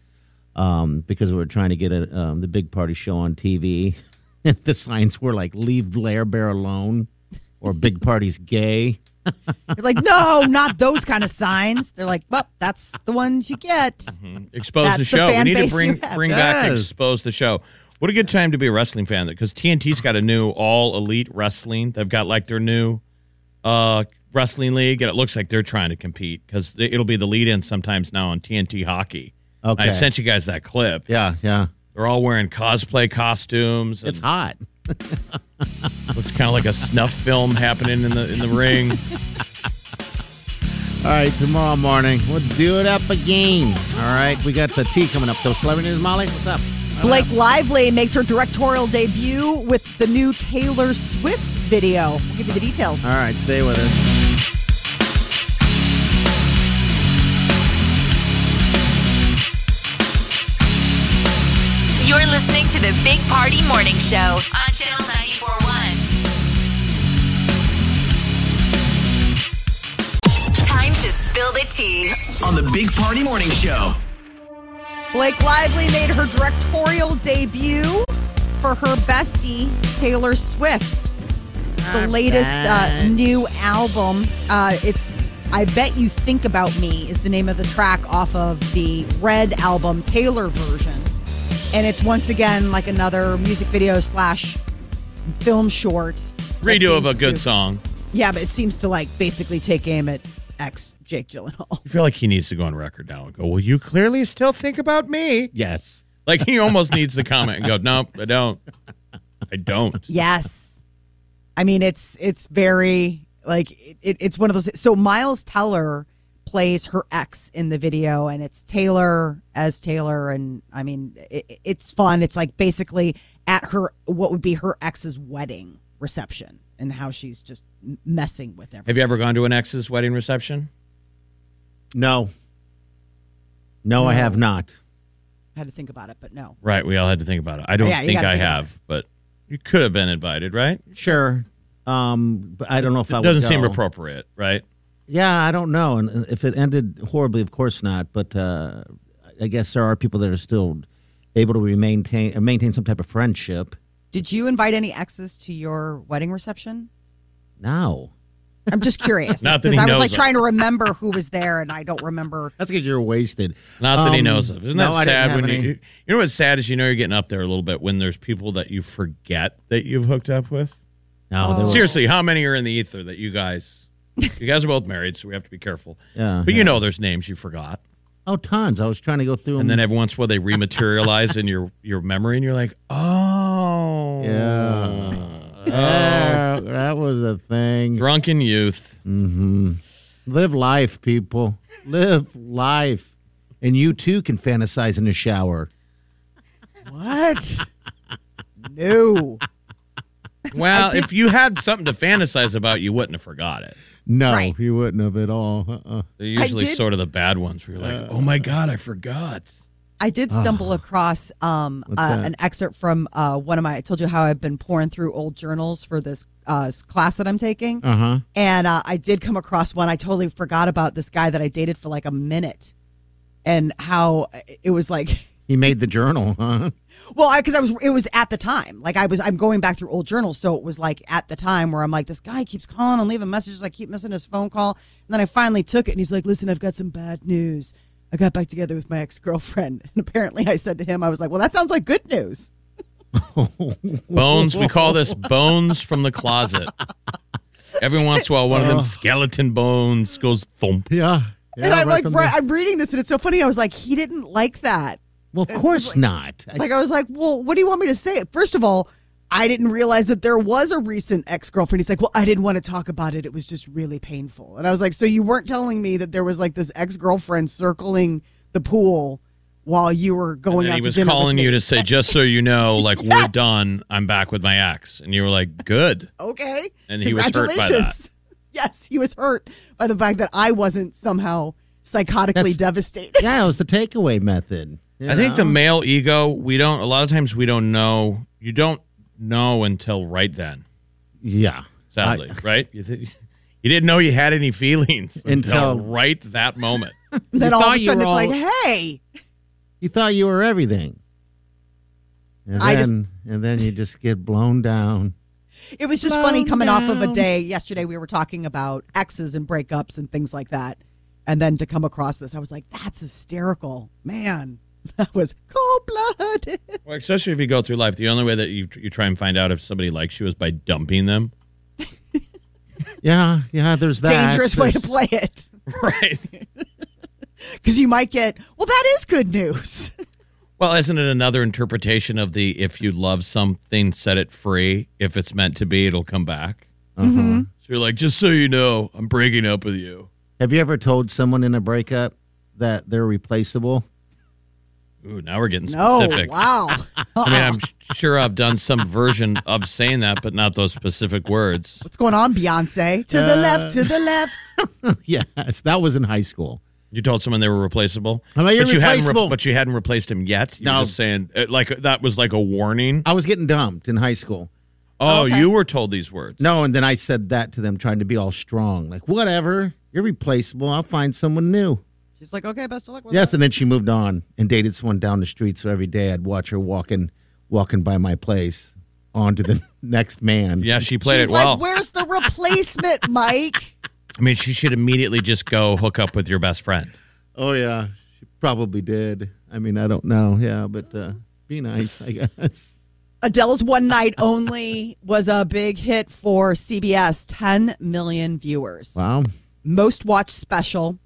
[SPEAKER 4] um, because we were trying to get a, um, the big party show on TV. the signs were like "Leave Blair Bear alone" or "Big Party's gay."
[SPEAKER 6] You're like, no, not those kind of signs. They're like, well, that's the ones you get.
[SPEAKER 5] Expose the
[SPEAKER 6] That's the
[SPEAKER 5] show. we
[SPEAKER 6] fan
[SPEAKER 5] need to
[SPEAKER 6] base
[SPEAKER 5] bring
[SPEAKER 6] you have.
[SPEAKER 5] bring back
[SPEAKER 6] Yes.
[SPEAKER 5] expose the show. What a good time to be a wrestling fan because TNT's got a new all elite wrestling. They've got like their new uh, wrestling league, and it looks like they're trying to compete because it'll be the lead in sometimes now on TNT hockey.
[SPEAKER 4] Okay.
[SPEAKER 5] I sent you guys that clip.
[SPEAKER 4] Yeah, yeah.
[SPEAKER 5] They're all wearing cosplay costumes. It's
[SPEAKER 4] hot.
[SPEAKER 5] looks kind of like a snuff film happening in the in the ring.
[SPEAKER 4] All right, tomorrow morning we'll do it up again. All right, we got the tea coming up. So, celebrity news, Molly, what's up?
[SPEAKER 6] Blake Lively makes her directorial debut with the new Taylor Swift video. We'll give you the details.
[SPEAKER 4] All right, stay with us.
[SPEAKER 3] You're listening to the Big Party Morning Show on Channel 941. Time to spill the tea.
[SPEAKER 7] On the Big Party Morning Show.
[SPEAKER 6] Blake Lively made her directorial debut for her bestie, Taylor Swift. It's the
[SPEAKER 13] All
[SPEAKER 6] latest uh,
[SPEAKER 13] right.
[SPEAKER 6] new album. Uh, it's I Bet You Think About Me is the name of the track off of the Red album, Taylor version. And it's once again like another music video slash film short. that
[SPEAKER 5] Redo of a
[SPEAKER 6] seems
[SPEAKER 5] good
[SPEAKER 6] to-
[SPEAKER 5] song.
[SPEAKER 6] Yeah, but it seems to like basically take aim at ex Jake Gyllenhaal.
[SPEAKER 5] I feel like he needs to go on record now and go, Well, you clearly still think about me.
[SPEAKER 4] Yes.
[SPEAKER 5] Like he almost needs to comment and go, Nope, I don't. I don't.
[SPEAKER 6] Yes. I mean, it's it's very like it, it's one of those. So Miles Teller plays her ex in the video, and it's Taylor as Taylor, and I mean, it, it's fun. It's like basically at her what would be her ex's wedding, reception and how she's just m- messing with everything.
[SPEAKER 5] Have you ever gone to an ex's wedding reception?
[SPEAKER 4] No. No, I have not.
[SPEAKER 6] I had to think about it, but no.
[SPEAKER 5] Right. We all had to think about it. I don't
[SPEAKER 6] Yeah, you
[SPEAKER 5] think
[SPEAKER 6] gotta
[SPEAKER 5] I
[SPEAKER 6] think about
[SPEAKER 5] have, but you could have been invited, right?
[SPEAKER 4] Sure. Um, but I don't know if
[SPEAKER 5] It
[SPEAKER 4] I would
[SPEAKER 5] doesn't seem
[SPEAKER 4] go.
[SPEAKER 5] appropriate, right?
[SPEAKER 4] Yeah, I don't know. And if it ended horribly, of course not. But uh, I guess there are people that are still able to re- maintain uh, maintain some type of friendship.
[SPEAKER 6] Did you invite any exes to your wedding reception?
[SPEAKER 4] Now
[SPEAKER 6] I'm just curious.
[SPEAKER 4] Not that he
[SPEAKER 6] Because I was
[SPEAKER 4] knows
[SPEAKER 6] like
[SPEAKER 4] of.
[SPEAKER 6] trying to remember who was there, and I don't remember.
[SPEAKER 4] that's because you're wasted.
[SPEAKER 5] Not that he
[SPEAKER 4] Um,
[SPEAKER 5] knows of. Isn't that
[SPEAKER 4] no, I didn't
[SPEAKER 5] sad
[SPEAKER 4] have
[SPEAKER 5] when you,
[SPEAKER 4] any.
[SPEAKER 5] you know what's sad is you know you're getting up there a little bit when there's people that you forget that you've hooked up with.
[SPEAKER 4] No, there was-
[SPEAKER 5] seriously, how many are in the ether that you guys? You guys are both married, so we have to be careful.
[SPEAKER 4] Yeah,
[SPEAKER 5] but
[SPEAKER 4] yeah.
[SPEAKER 5] you know there's names you forgot,
[SPEAKER 4] Oh, tons. I was trying to go through
[SPEAKER 5] and then
[SPEAKER 4] them.
[SPEAKER 5] every once in a while they rematerialize in your your memory, and you're like, oh,
[SPEAKER 4] yeah, Yeah, that was a thing.
[SPEAKER 5] Drunken youth.
[SPEAKER 6] Mm.
[SPEAKER 4] Mm-hmm. Live life, people. Live life, and you too can fantasize in the shower.
[SPEAKER 6] What? no.
[SPEAKER 5] Well, if you had something to fantasize about, you wouldn't have forgot it.
[SPEAKER 4] No, you wouldn't have at all. Uh-uh.
[SPEAKER 5] They're usually
[SPEAKER 6] did- Uh.
[SPEAKER 5] sort of the bad ones where you're like, oh my god, I forgot.
[SPEAKER 6] I did
[SPEAKER 5] Ah.
[SPEAKER 6] stumble across um,
[SPEAKER 5] What's
[SPEAKER 6] uh,
[SPEAKER 5] that?
[SPEAKER 6] an excerpt from uh, one of my. I told you how I've been pouring through old journals for this uh, s- class that I'm taking,
[SPEAKER 4] Uh-huh.
[SPEAKER 6] and uh, I did come across one. I totally forgot about this guy that I dated for like a minute, and how uh, it was like.
[SPEAKER 4] He made the journal, huh?
[SPEAKER 6] Well, I because I was it was at the time. Like I was I'm going back through old journals, so it was like at the time where I'm like, this guy keeps calling and leaving messages. I keep missing his phone call, and then I finally took it, and he's like, listen, I've got some bad news. I got back together with my ex girlfriend, and apparently I said to him, I was like, well, that sounds like good news.
[SPEAKER 5] Bones. We call this bones from the closet. Every once in a while, one of them
[SPEAKER 4] Oh.
[SPEAKER 5] skeleton bones goes thump.
[SPEAKER 4] Yeah.
[SPEAKER 6] and I'm like,
[SPEAKER 5] from
[SPEAKER 6] right, I'm reading this, and it's so funny. I was like, he didn't like that.
[SPEAKER 4] Well, of course not.
[SPEAKER 6] Like I was like, well, what do you want me to say? First of all. I didn't realize that there was a recent ex girlfriend. He's like, Well, I didn't want to talk about it. It was just really painful. And I was like, So you weren't telling me that there was like this ex girlfriend circling the pool while you were
[SPEAKER 5] And
[SPEAKER 6] going
[SPEAKER 5] then
[SPEAKER 6] out
[SPEAKER 5] he
[SPEAKER 6] to
[SPEAKER 5] was
[SPEAKER 6] dinner? with
[SPEAKER 5] calling
[SPEAKER 6] me?"
[SPEAKER 5] you to say, just so you know, like we're done. I'm back with my ex, and you were like, good.
[SPEAKER 6] Okay.
[SPEAKER 5] And he was hurt by that.
[SPEAKER 6] Congratulations. Yes, he was hurt by the fact that I wasn't somehow psychotically
[SPEAKER 4] That's-
[SPEAKER 6] devastated.
[SPEAKER 4] Yeah, it was the takeaway method. you
[SPEAKER 5] I think the
[SPEAKER 4] know?
[SPEAKER 5] male ego. We don't. A lot of times, we don't know. You don't know until right then.
[SPEAKER 4] Yeah.
[SPEAKER 5] Sadly, right? You, th- you didn't know you had any feelings until,
[SPEAKER 4] Until-
[SPEAKER 5] right that moment.
[SPEAKER 6] Then
[SPEAKER 4] You
[SPEAKER 6] all of
[SPEAKER 4] thought
[SPEAKER 6] a
[SPEAKER 4] you
[SPEAKER 6] sudden it's
[SPEAKER 4] were
[SPEAKER 6] like,
[SPEAKER 4] all-
[SPEAKER 6] Hey,
[SPEAKER 4] You thought you were everything. And
[SPEAKER 6] I
[SPEAKER 4] then,
[SPEAKER 6] just-
[SPEAKER 4] and then you just get blown down.
[SPEAKER 6] It was just
[SPEAKER 13] Slow
[SPEAKER 6] funny coming off of a
[SPEAKER 13] down.
[SPEAKER 6] day yesterday. We were talking about exes and breakups and things like that. And then to come across this, I was like, that's hysterical. Man, that was cold blooded.
[SPEAKER 5] Well, especially if you go through life, the only way that you you try and find out if somebody likes you is by dumping them.
[SPEAKER 4] Yeah, yeah, there's that.
[SPEAKER 6] Dangerous way to
[SPEAKER 4] There's-
[SPEAKER 6] play it.
[SPEAKER 5] Right.
[SPEAKER 6] Because you might get, well, that is good news.
[SPEAKER 5] Well, isn't it another interpretation of the if you love something, set it free. If it's meant to be, it'll come back.
[SPEAKER 4] Mhm.
[SPEAKER 5] So you're like, just so you know, I'm breaking up with you.
[SPEAKER 4] Have you ever told someone in a breakup that they're replaceable?
[SPEAKER 5] Ooh, now we're getting
[SPEAKER 6] No,
[SPEAKER 5] specific.
[SPEAKER 6] wow.
[SPEAKER 5] I mean, I'm sure I've done some version of saying that, but not those specific words.
[SPEAKER 6] What's going on, Beyonce? To the
[SPEAKER 4] Uh,
[SPEAKER 6] left, to the left.
[SPEAKER 4] yes, that was in high school.
[SPEAKER 5] You told someone they were replaceable,
[SPEAKER 4] I'm like, "You're
[SPEAKER 5] but you hadn't,
[SPEAKER 4] replaceable."
[SPEAKER 5] but you hadn't replaced him yet. You're
[SPEAKER 4] No.
[SPEAKER 5] just saying uh, like that was like a warning.
[SPEAKER 4] I was getting dumped in high school.
[SPEAKER 6] Uh,
[SPEAKER 5] Oh, you were told these words.
[SPEAKER 4] No, and then I said that to them, trying to be all strong, like whatever, you're replaceable. I'll find someone new.
[SPEAKER 6] She's like, okay, best of luck with
[SPEAKER 4] Yes, and then she moved on and dated someone down the street. So every day I'd watch her walking, walking by my place, on to the next man.
[SPEAKER 5] Yeah, she played
[SPEAKER 6] She's
[SPEAKER 5] it
[SPEAKER 6] like,
[SPEAKER 5] well.
[SPEAKER 6] where's the replacement, Mike?
[SPEAKER 5] I mean, she should immediately just go hook up with your best friend.
[SPEAKER 4] Oh yeah, she probably did. I mean, I don't know. Yeah, but uh, be nice, I guess.
[SPEAKER 6] Adele's One Night Only was a big hit for CBS, 10 million viewers.
[SPEAKER 4] Wow.
[SPEAKER 6] Most watched special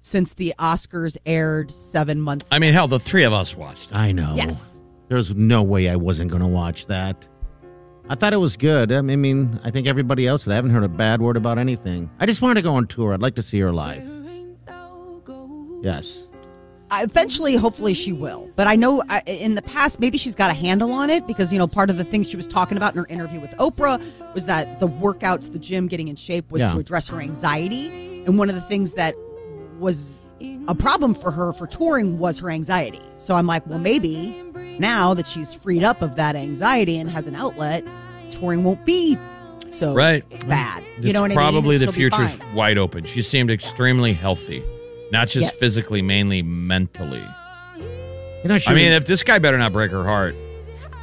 [SPEAKER 6] since the Oscars aired seven months
[SPEAKER 5] I mean, hell, the three of us watched.
[SPEAKER 4] I know.
[SPEAKER 6] Yes.
[SPEAKER 4] There's no way I wasn't going to watch that. I thought it was good. I mean, I think everybody else. I haven't heard a bad word about anything. I just wanted to go on tour. I'd like to see her live. Yes.
[SPEAKER 6] I- eventually, hopefully, she will. But I know I, in the past, maybe she's got a handle on it because, you know, part of the things she was talking about in her interview with Oprah was that the workouts, the gym, getting in shape was
[SPEAKER 13] Yeah.
[SPEAKER 6] to address her anxiety. And one of the things that was a problem for her for touring was her anxiety. So I'm like, well, maybe now that she's freed up of that anxiety and has an outlet, touring won't be so
[SPEAKER 5] right.
[SPEAKER 6] bad.
[SPEAKER 5] It's
[SPEAKER 6] you know what I mean?
[SPEAKER 5] Probably
[SPEAKER 6] And
[SPEAKER 5] the
[SPEAKER 6] she'll be
[SPEAKER 5] future's
[SPEAKER 6] fine.
[SPEAKER 5] wide open. She seemed extremely healthy, not just
[SPEAKER 6] Yes.
[SPEAKER 5] physically, mainly mentally.
[SPEAKER 4] You know, she
[SPEAKER 5] I
[SPEAKER 4] was-
[SPEAKER 5] mean, if this guy better not break her heart,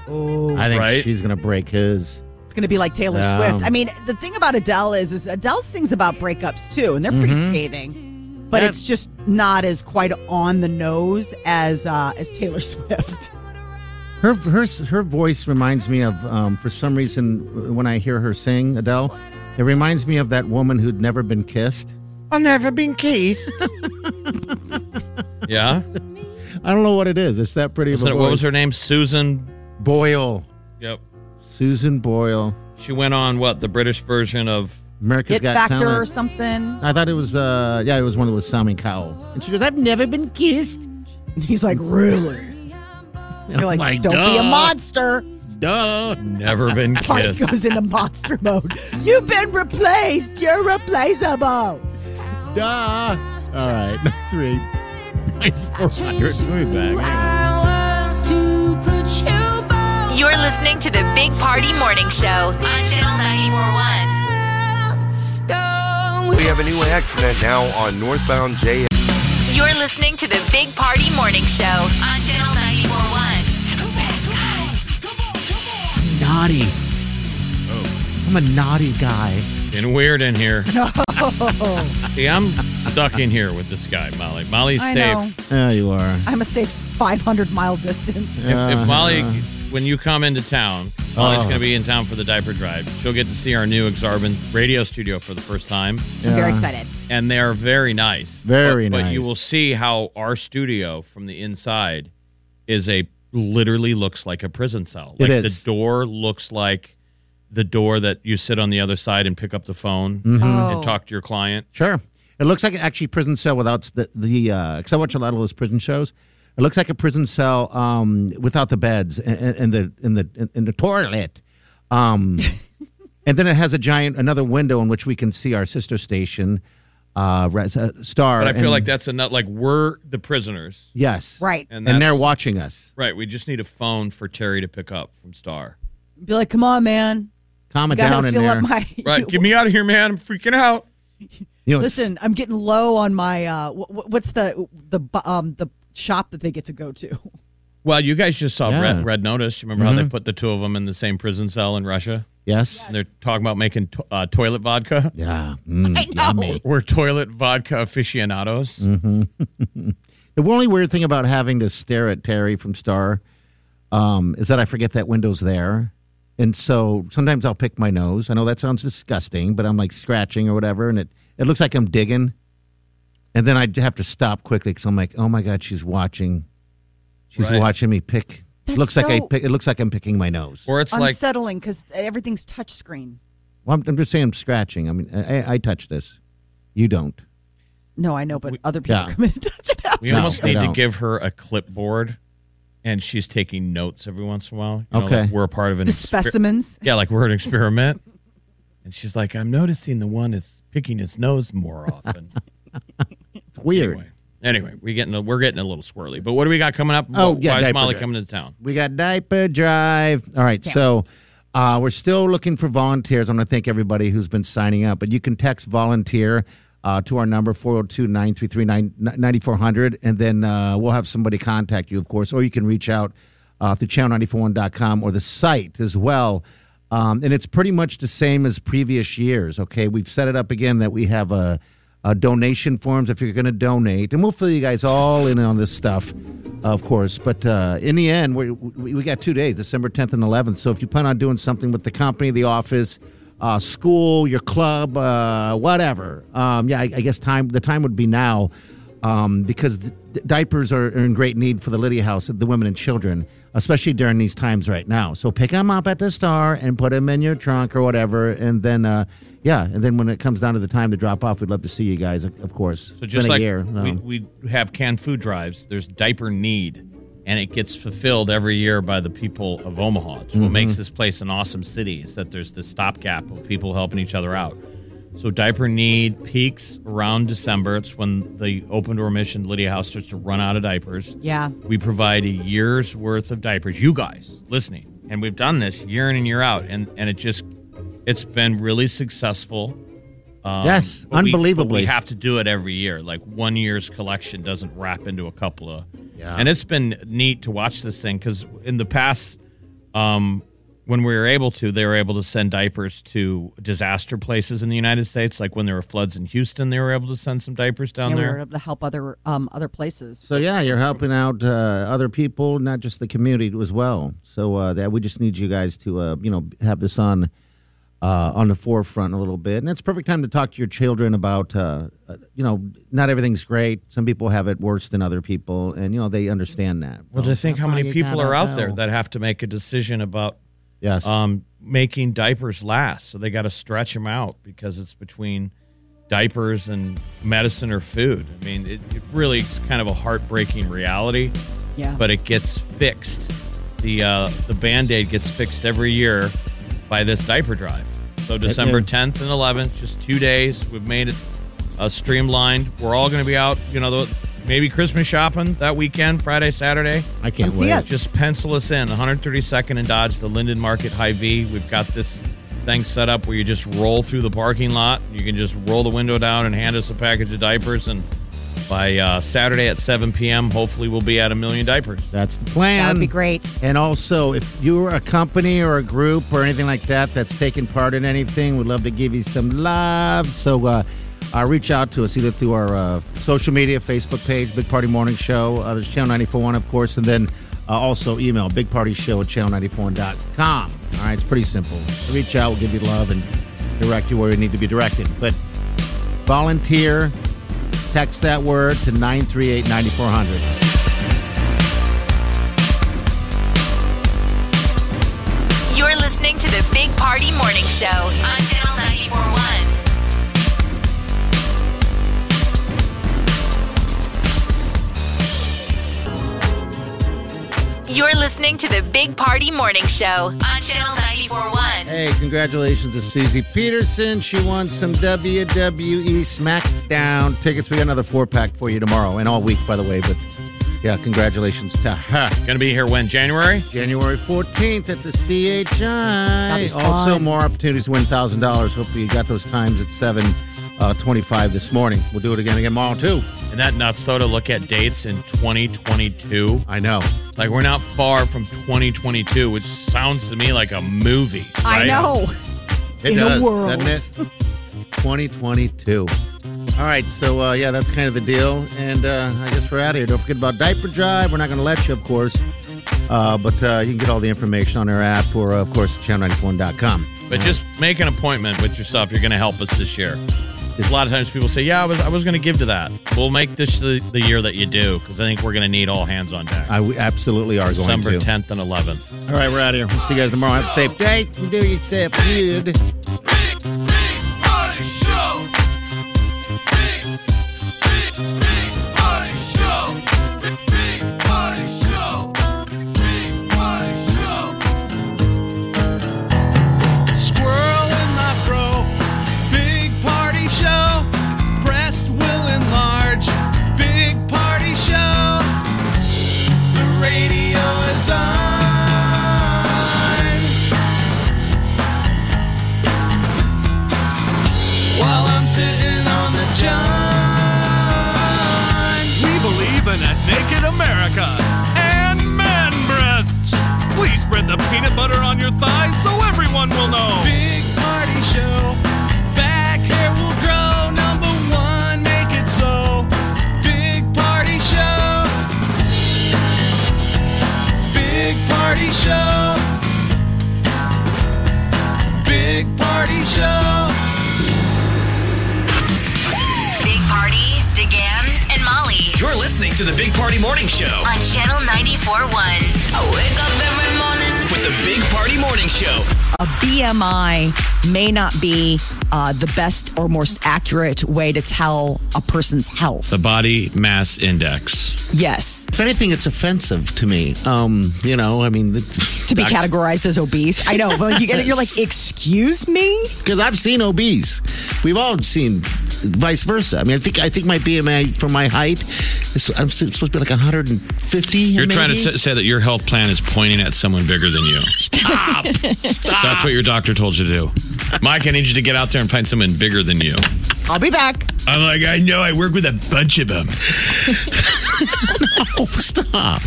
[SPEAKER 4] I think
[SPEAKER 5] Right?
[SPEAKER 4] she's gonna break his.
[SPEAKER 6] It's going to be like Taylor
[SPEAKER 4] Yeah.
[SPEAKER 6] Swift. I mean, the thing about Adele is, is Adele sings about breakups too, and they're pretty
[SPEAKER 4] Mhm.
[SPEAKER 6] scathing, but
[SPEAKER 4] Yeah.
[SPEAKER 6] it's just not as quite on the nose as uh, as Taylor Swift.
[SPEAKER 4] Her her her voice reminds me of um, for some reason when I hear her sing Adele, it reminds me of that woman who'd never been kissed.
[SPEAKER 1] I've never been kissed.
[SPEAKER 5] yeah.
[SPEAKER 4] I don't know what it is. It's that pretty.
[SPEAKER 5] Was
[SPEAKER 4] of a
[SPEAKER 5] it- what was
[SPEAKER 4] voice.
[SPEAKER 5] her name? Susan.
[SPEAKER 4] Boyle.
[SPEAKER 5] Yep.
[SPEAKER 4] Susan Boyle.
[SPEAKER 5] She went on what the British version of
[SPEAKER 4] America's
[SPEAKER 6] Hit
[SPEAKER 4] Got
[SPEAKER 6] Factor or
[SPEAKER 4] Talent.
[SPEAKER 6] something.
[SPEAKER 4] I thought it was uh yeah it was one that was Simon Cowell. And she goes, I've never been kissed.
[SPEAKER 6] He's like, really?
[SPEAKER 4] Oh
[SPEAKER 6] You're like, don't be a monster.
[SPEAKER 4] Duh.
[SPEAKER 5] Never been
[SPEAKER 1] Oh
[SPEAKER 6] Party
[SPEAKER 5] kissed.
[SPEAKER 6] goes into monster mode. You've been replaced. You're replaceable.
[SPEAKER 4] Duh. All right, three. We'll be back.
[SPEAKER 3] You're listening to the Big Party Morning Show on Channel 941.
[SPEAKER 14] We have a new accident now on northbound J.
[SPEAKER 3] You're listening to the Big Party Morning Show on Channel 941.
[SPEAKER 4] Naughty. I'm a naughty guy.
[SPEAKER 5] Getting weird in here.
[SPEAKER 6] No.
[SPEAKER 5] See, I'm stuck in here with this guy, Molly. Molly's
[SPEAKER 6] I
[SPEAKER 5] safe.
[SPEAKER 6] know.
[SPEAKER 4] Yeah, you are.
[SPEAKER 6] I'm a safe 500 mile distance.
[SPEAKER 5] If, if Molly, when you come into town, Molly's
[SPEAKER 4] Oh.
[SPEAKER 5] going to be in town for the diaper drive. She'll get to see our new Exarban radio studio for the first time.
[SPEAKER 6] I'm very excited.
[SPEAKER 5] And they are very nice.
[SPEAKER 4] Very
[SPEAKER 5] but, But
[SPEAKER 4] nice.
[SPEAKER 5] you will see how our studio from the inside is a literally looks like a prison cell.
[SPEAKER 4] It
[SPEAKER 5] Like
[SPEAKER 4] is.
[SPEAKER 5] the door looks like the door that you sit on the other side and pick up the phone
[SPEAKER 4] Mhm.
[SPEAKER 5] and talk to your client.
[SPEAKER 4] Sure. It looks like actually prison cell without the the uh 'cause I watch a lot of those prison shows. It looks like a prison cell um, without the beds and, and the in the in the toilet. Um, and then it has a giant another window in which we can see our sister station uh, res, uh star.
[SPEAKER 5] But I feel
[SPEAKER 4] and-
[SPEAKER 5] like that's enough. Like we're the prisoners.
[SPEAKER 4] yes,
[SPEAKER 6] Right.
[SPEAKER 5] And
[SPEAKER 4] and, they're
[SPEAKER 5] that's-
[SPEAKER 4] watching us.
[SPEAKER 5] Right. We just need a phone for Terry to pick up from Star.
[SPEAKER 6] Be like, come on, man.
[SPEAKER 4] Calm it
[SPEAKER 6] Gotta
[SPEAKER 4] down in
[SPEAKER 6] fill up
[SPEAKER 4] there.
[SPEAKER 6] my-
[SPEAKER 5] Right. Get me out of here, man. I'm freaking out.
[SPEAKER 4] You know, it's-
[SPEAKER 6] Listen, I'm getting low on my uh wh- wh- what's the the bu- um the shop that they get to go to.
[SPEAKER 5] Well, you guys just saw
[SPEAKER 4] Yeah.
[SPEAKER 5] Red, Red Notice. You remember how they
[SPEAKER 4] Mhm.
[SPEAKER 5] put the two of them in the same prison cell in Russia?
[SPEAKER 4] Yes.
[SPEAKER 5] And they're talking about making to- uh, toilet vodka.
[SPEAKER 4] Yeah. Mm, I know. yummy.
[SPEAKER 5] We're toilet vodka aficionados.
[SPEAKER 4] hmm the only weird thing about having to stare at Terry from Star um, is that I forget that window's there. And so sometimes I'll pick my nose. I know that sounds disgusting, but I'm like scratching or whatever, and it, it looks like I'm digging. And then I have to stop quickly because I'm like, oh my God, she's watching. She's
[SPEAKER 5] Right.
[SPEAKER 4] watching me pick.
[SPEAKER 6] That's
[SPEAKER 4] looks like I
[SPEAKER 6] so-
[SPEAKER 4] pick, it looks like I'm picking my nose.
[SPEAKER 5] Or it's like,
[SPEAKER 6] Unsettling because everything's touchscreen.
[SPEAKER 4] Well, I'm, I'm just saying I'm scratching. I mean, I, I- I touch this. You don't.
[SPEAKER 6] No, I know, but other people
[SPEAKER 4] yeah.
[SPEAKER 6] come in and touch it. After.
[SPEAKER 5] we
[SPEAKER 4] No,
[SPEAKER 5] almost
[SPEAKER 4] I
[SPEAKER 5] need to
[SPEAKER 4] don't.
[SPEAKER 5] give her a clipboard and she's taking notes every once in a while. You know,
[SPEAKER 4] Okay.
[SPEAKER 5] like we're a part of an
[SPEAKER 6] The
[SPEAKER 5] exper-
[SPEAKER 6] specimens.
[SPEAKER 5] Yeah, like we're an experiment. and she's like, I'm noticing the one is picking his nose more often.
[SPEAKER 4] It's weird.
[SPEAKER 5] Anyway, anyway, we getting a, we're getting a little swirly. But what do we got coming up?
[SPEAKER 4] Oh, yeah,
[SPEAKER 5] why is
[SPEAKER 4] diaper
[SPEAKER 5] Molly
[SPEAKER 4] drive.
[SPEAKER 5] coming to town?
[SPEAKER 4] We got diaper drive. All right, so uh, we're still looking for volunteers. I want to thank everybody who's been signing up, but you can text volunteer uh, to our number 402 933 9400, and then uh, we'll have somebody contact you, of course, or you can reach out uh, through channel941.com or the site as well. Um, and it's pretty much the same as previous years. Okay, we've set it up again that we have a, a donation forms if you're going to donate, and we'll fill you guys all in on this stuff, of course. But uh, in the end, we, we we got two days, December 10th and 11th. So if you plan on doing something with the company, the office, uh, school, your club, uh, whatever, um, yeah, I, I guess time the time would be now um, because the the diapers are, are in great need for the Lydia House, the women and children, especially during these times right now. So pick them up at the store and put them in your trunk or whatever, and then uh, Yeah, and then when it comes down to the time to drop off, we'd love to see you guys, of course.
[SPEAKER 5] So just
[SPEAKER 4] Been a
[SPEAKER 5] like
[SPEAKER 4] year,
[SPEAKER 5] we,
[SPEAKER 4] um,
[SPEAKER 5] we have canned food drives, there's diaper need, and it gets fulfilled every year by the people of Omaha. It's what
[SPEAKER 4] Mhm.
[SPEAKER 5] makes this place an awesome city is that there's this stopgap of people helping each other out. So diaper need peaks around December. It's when the open door mission Lydia House starts to run out of diapers.
[SPEAKER 6] Yeah.
[SPEAKER 5] We provide a year's worth of diapers, you guys listening. And we've done this year in and year out. And, and it just, it's been really successful. Um,
[SPEAKER 4] Yes,
[SPEAKER 5] but we- but
[SPEAKER 4] unbelievably.
[SPEAKER 5] we have to do it every year. Like one year's collection doesn't wrap into a couple of.
[SPEAKER 4] Yeah.
[SPEAKER 5] And it's been neat to watch this thing because in the past, um, when we were able to, they were able to send diapers to disaster places in the United States. Like when there were floods in Houston, they were able to send some diapers down
[SPEAKER 6] and we
[SPEAKER 5] there.
[SPEAKER 6] were able to help other um, other places.
[SPEAKER 4] So yeah, you're helping out uh, other people, not just the community as well. So uh, that we just need you guys to uh, you know have this on uh, on the forefront a little bit, and it's perfect time to talk to your children about uh, uh, you know not everything's great. Some people have it worse than other people, and you know they understand that.
[SPEAKER 5] Well, to think how many
[SPEAKER 4] you
[SPEAKER 5] people
[SPEAKER 4] gotta
[SPEAKER 5] are out
[SPEAKER 4] know.
[SPEAKER 5] there that have to make a decision about
[SPEAKER 4] Yes.
[SPEAKER 5] um, making diapers last. So they got to stretch them out because it's between diapers and medicine or food. I mean, it, it really is kind of a heartbreaking reality.
[SPEAKER 6] Yeah.
[SPEAKER 5] But it gets fixed. The uh, the band aid gets fixed every year by this diaper drive. So December
[SPEAKER 4] yeah.
[SPEAKER 5] 10th and 11th, just two days. We've made it uh, streamlined. We're all going to be out, you know, the, maybe Christmas shopping that weekend, Friday, Saturday.
[SPEAKER 4] I can't Come see wait. us.
[SPEAKER 5] Just pencil us in 132nd and Dodge, the Linden Market High V. We've got this thing set up where you just roll through the parking lot. You can just roll the window down and hand us a package of diapers. And by uh, Saturday at 7 p.m., hopefully we'll be at a million diapers.
[SPEAKER 4] That's the plan.
[SPEAKER 6] That would be great.
[SPEAKER 4] And also, if you're a company or a group or anything like that that's taking part in anything, we'd love to give you some love. So uh, uh, reach out to us either through our uh, social media, Facebook page, Big Party Morning Show. Uh, there's Channel 941, of course. And then uh, also email bigpartyshow at channel941.com. All right, it's pretty simple. Reach out, we'll give you love and direct you where you need to be directed. But volunteer, text that word to 938 9400.
[SPEAKER 3] You're listening to the Big Party Morning Show on Channel 941. You're listening to the Big Party Morning Show on Channel 941.
[SPEAKER 4] Hey, congratulations to Susie Peterson. She won some WWE SmackDown tickets. We got another four pack for you tomorrow and all week, by the way. But yeah, congratulations to her.
[SPEAKER 5] Going to be here when? January?
[SPEAKER 4] January 14th at the CHI.
[SPEAKER 5] That'll be
[SPEAKER 4] Also,
[SPEAKER 5] fun.
[SPEAKER 4] more opportunities to win $1,000. Hopefully, you got those times at 7 uh, 25 this morning. We'll do it again again tomorrow, too.
[SPEAKER 5] And that nuts though to look at dates in 2022.
[SPEAKER 4] I know.
[SPEAKER 5] Like we're not far from 2022, which sounds to me like a movie.
[SPEAKER 6] I
[SPEAKER 5] right?
[SPEAKER 6] know.
[SPEAKER 4] It
[SPEAKER 6] In a
[SPEAKER 4] does,
[SPEAKER 6] world.
[SPEAKER 4] doesn't it? 2022. All right, so uh, yeah, that's kind of the deal, and uh, I guess we're out of here. Don't forget about diaper drive. We're not going to let you, of course, uh, but uh, you can get all the information on our app or, uh, of course, channel94.com.
[SPEAKER 5] But just make an appointment with yourself. You're going to help us this year. a lot of times people say, "Yeah, I was I was going to give to that." We'll make this the, the year that you do because I think we're going to need all hands on deck.
[SPEAKER 4] I we absolutely are
[SPEAKER 5] December
[SPEAKER 4] going to.
[SPEAKER 5] 10th and 11th.
[SPEAKER 4] All right, we're out of here. We'll see you guys tomorrow. Have a safe day. Do yourself good.
[SPEAKER 1] Party show. Big, big, big party show. Big, big party show. Big party show. Squirrel in my bro. Big party show. Breast will enlarge. Big party show. The radio is on. while I'm sitting on the john.
[SPEAKER 2] We believe in a naked America and man breasts. Please spread the peanut butter on your thighs so everyone will know.
[SPEAKER 1] Big party show. Back hair will grow. Number one, make it so. Big party show. Big party show. Big party show.
[SPEAKER 3] Big Party, DeGan, and Molly
[SPEAKER 7] You're listening to the Big Party Morning Show
[SPEAKER 3] on Channel 941. I wake up every morning
[SPEAKER 7] with the The Big Party Morning Show.
[SPEAKER 6] a BMI may not be uh, the best or most accurate way to tell a person's health.
[SPEAKER 5] The body mass index.
[SPEAKER 6] Yes.
[SPEAKER 4] If anything, it's offensive to me. Um, you know, I mean,
[SPEAKER 6] To be categorized as obese. I know, but you, you're like, excuse me?
[SPEAKER 4] Because I've seen obese. We've all seen vice versa. I mean, I think I think my BMI for my height, is, I'm supposed to be like 150.
[SPEAKER 5] You're trying to sa- say that your health plan is pointing at someone bigger than you.
[SPEAKER 4] stop. stop.
[SPEAKER 5] That's what your doctor told you to do. Mike, I need you to get out there and find someone bigger than you.
[SPEAKER 6] I'll be back.
[SPEAKER 5] I'm like, I know I work with a bunch of them.
[SPEAKER 4] no, stop.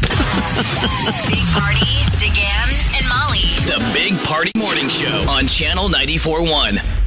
[SPEAKER 3] Big Party, DeGan, and Molly.
[SPEAKER 7] The Big Party Morning Show on Channel 94.1.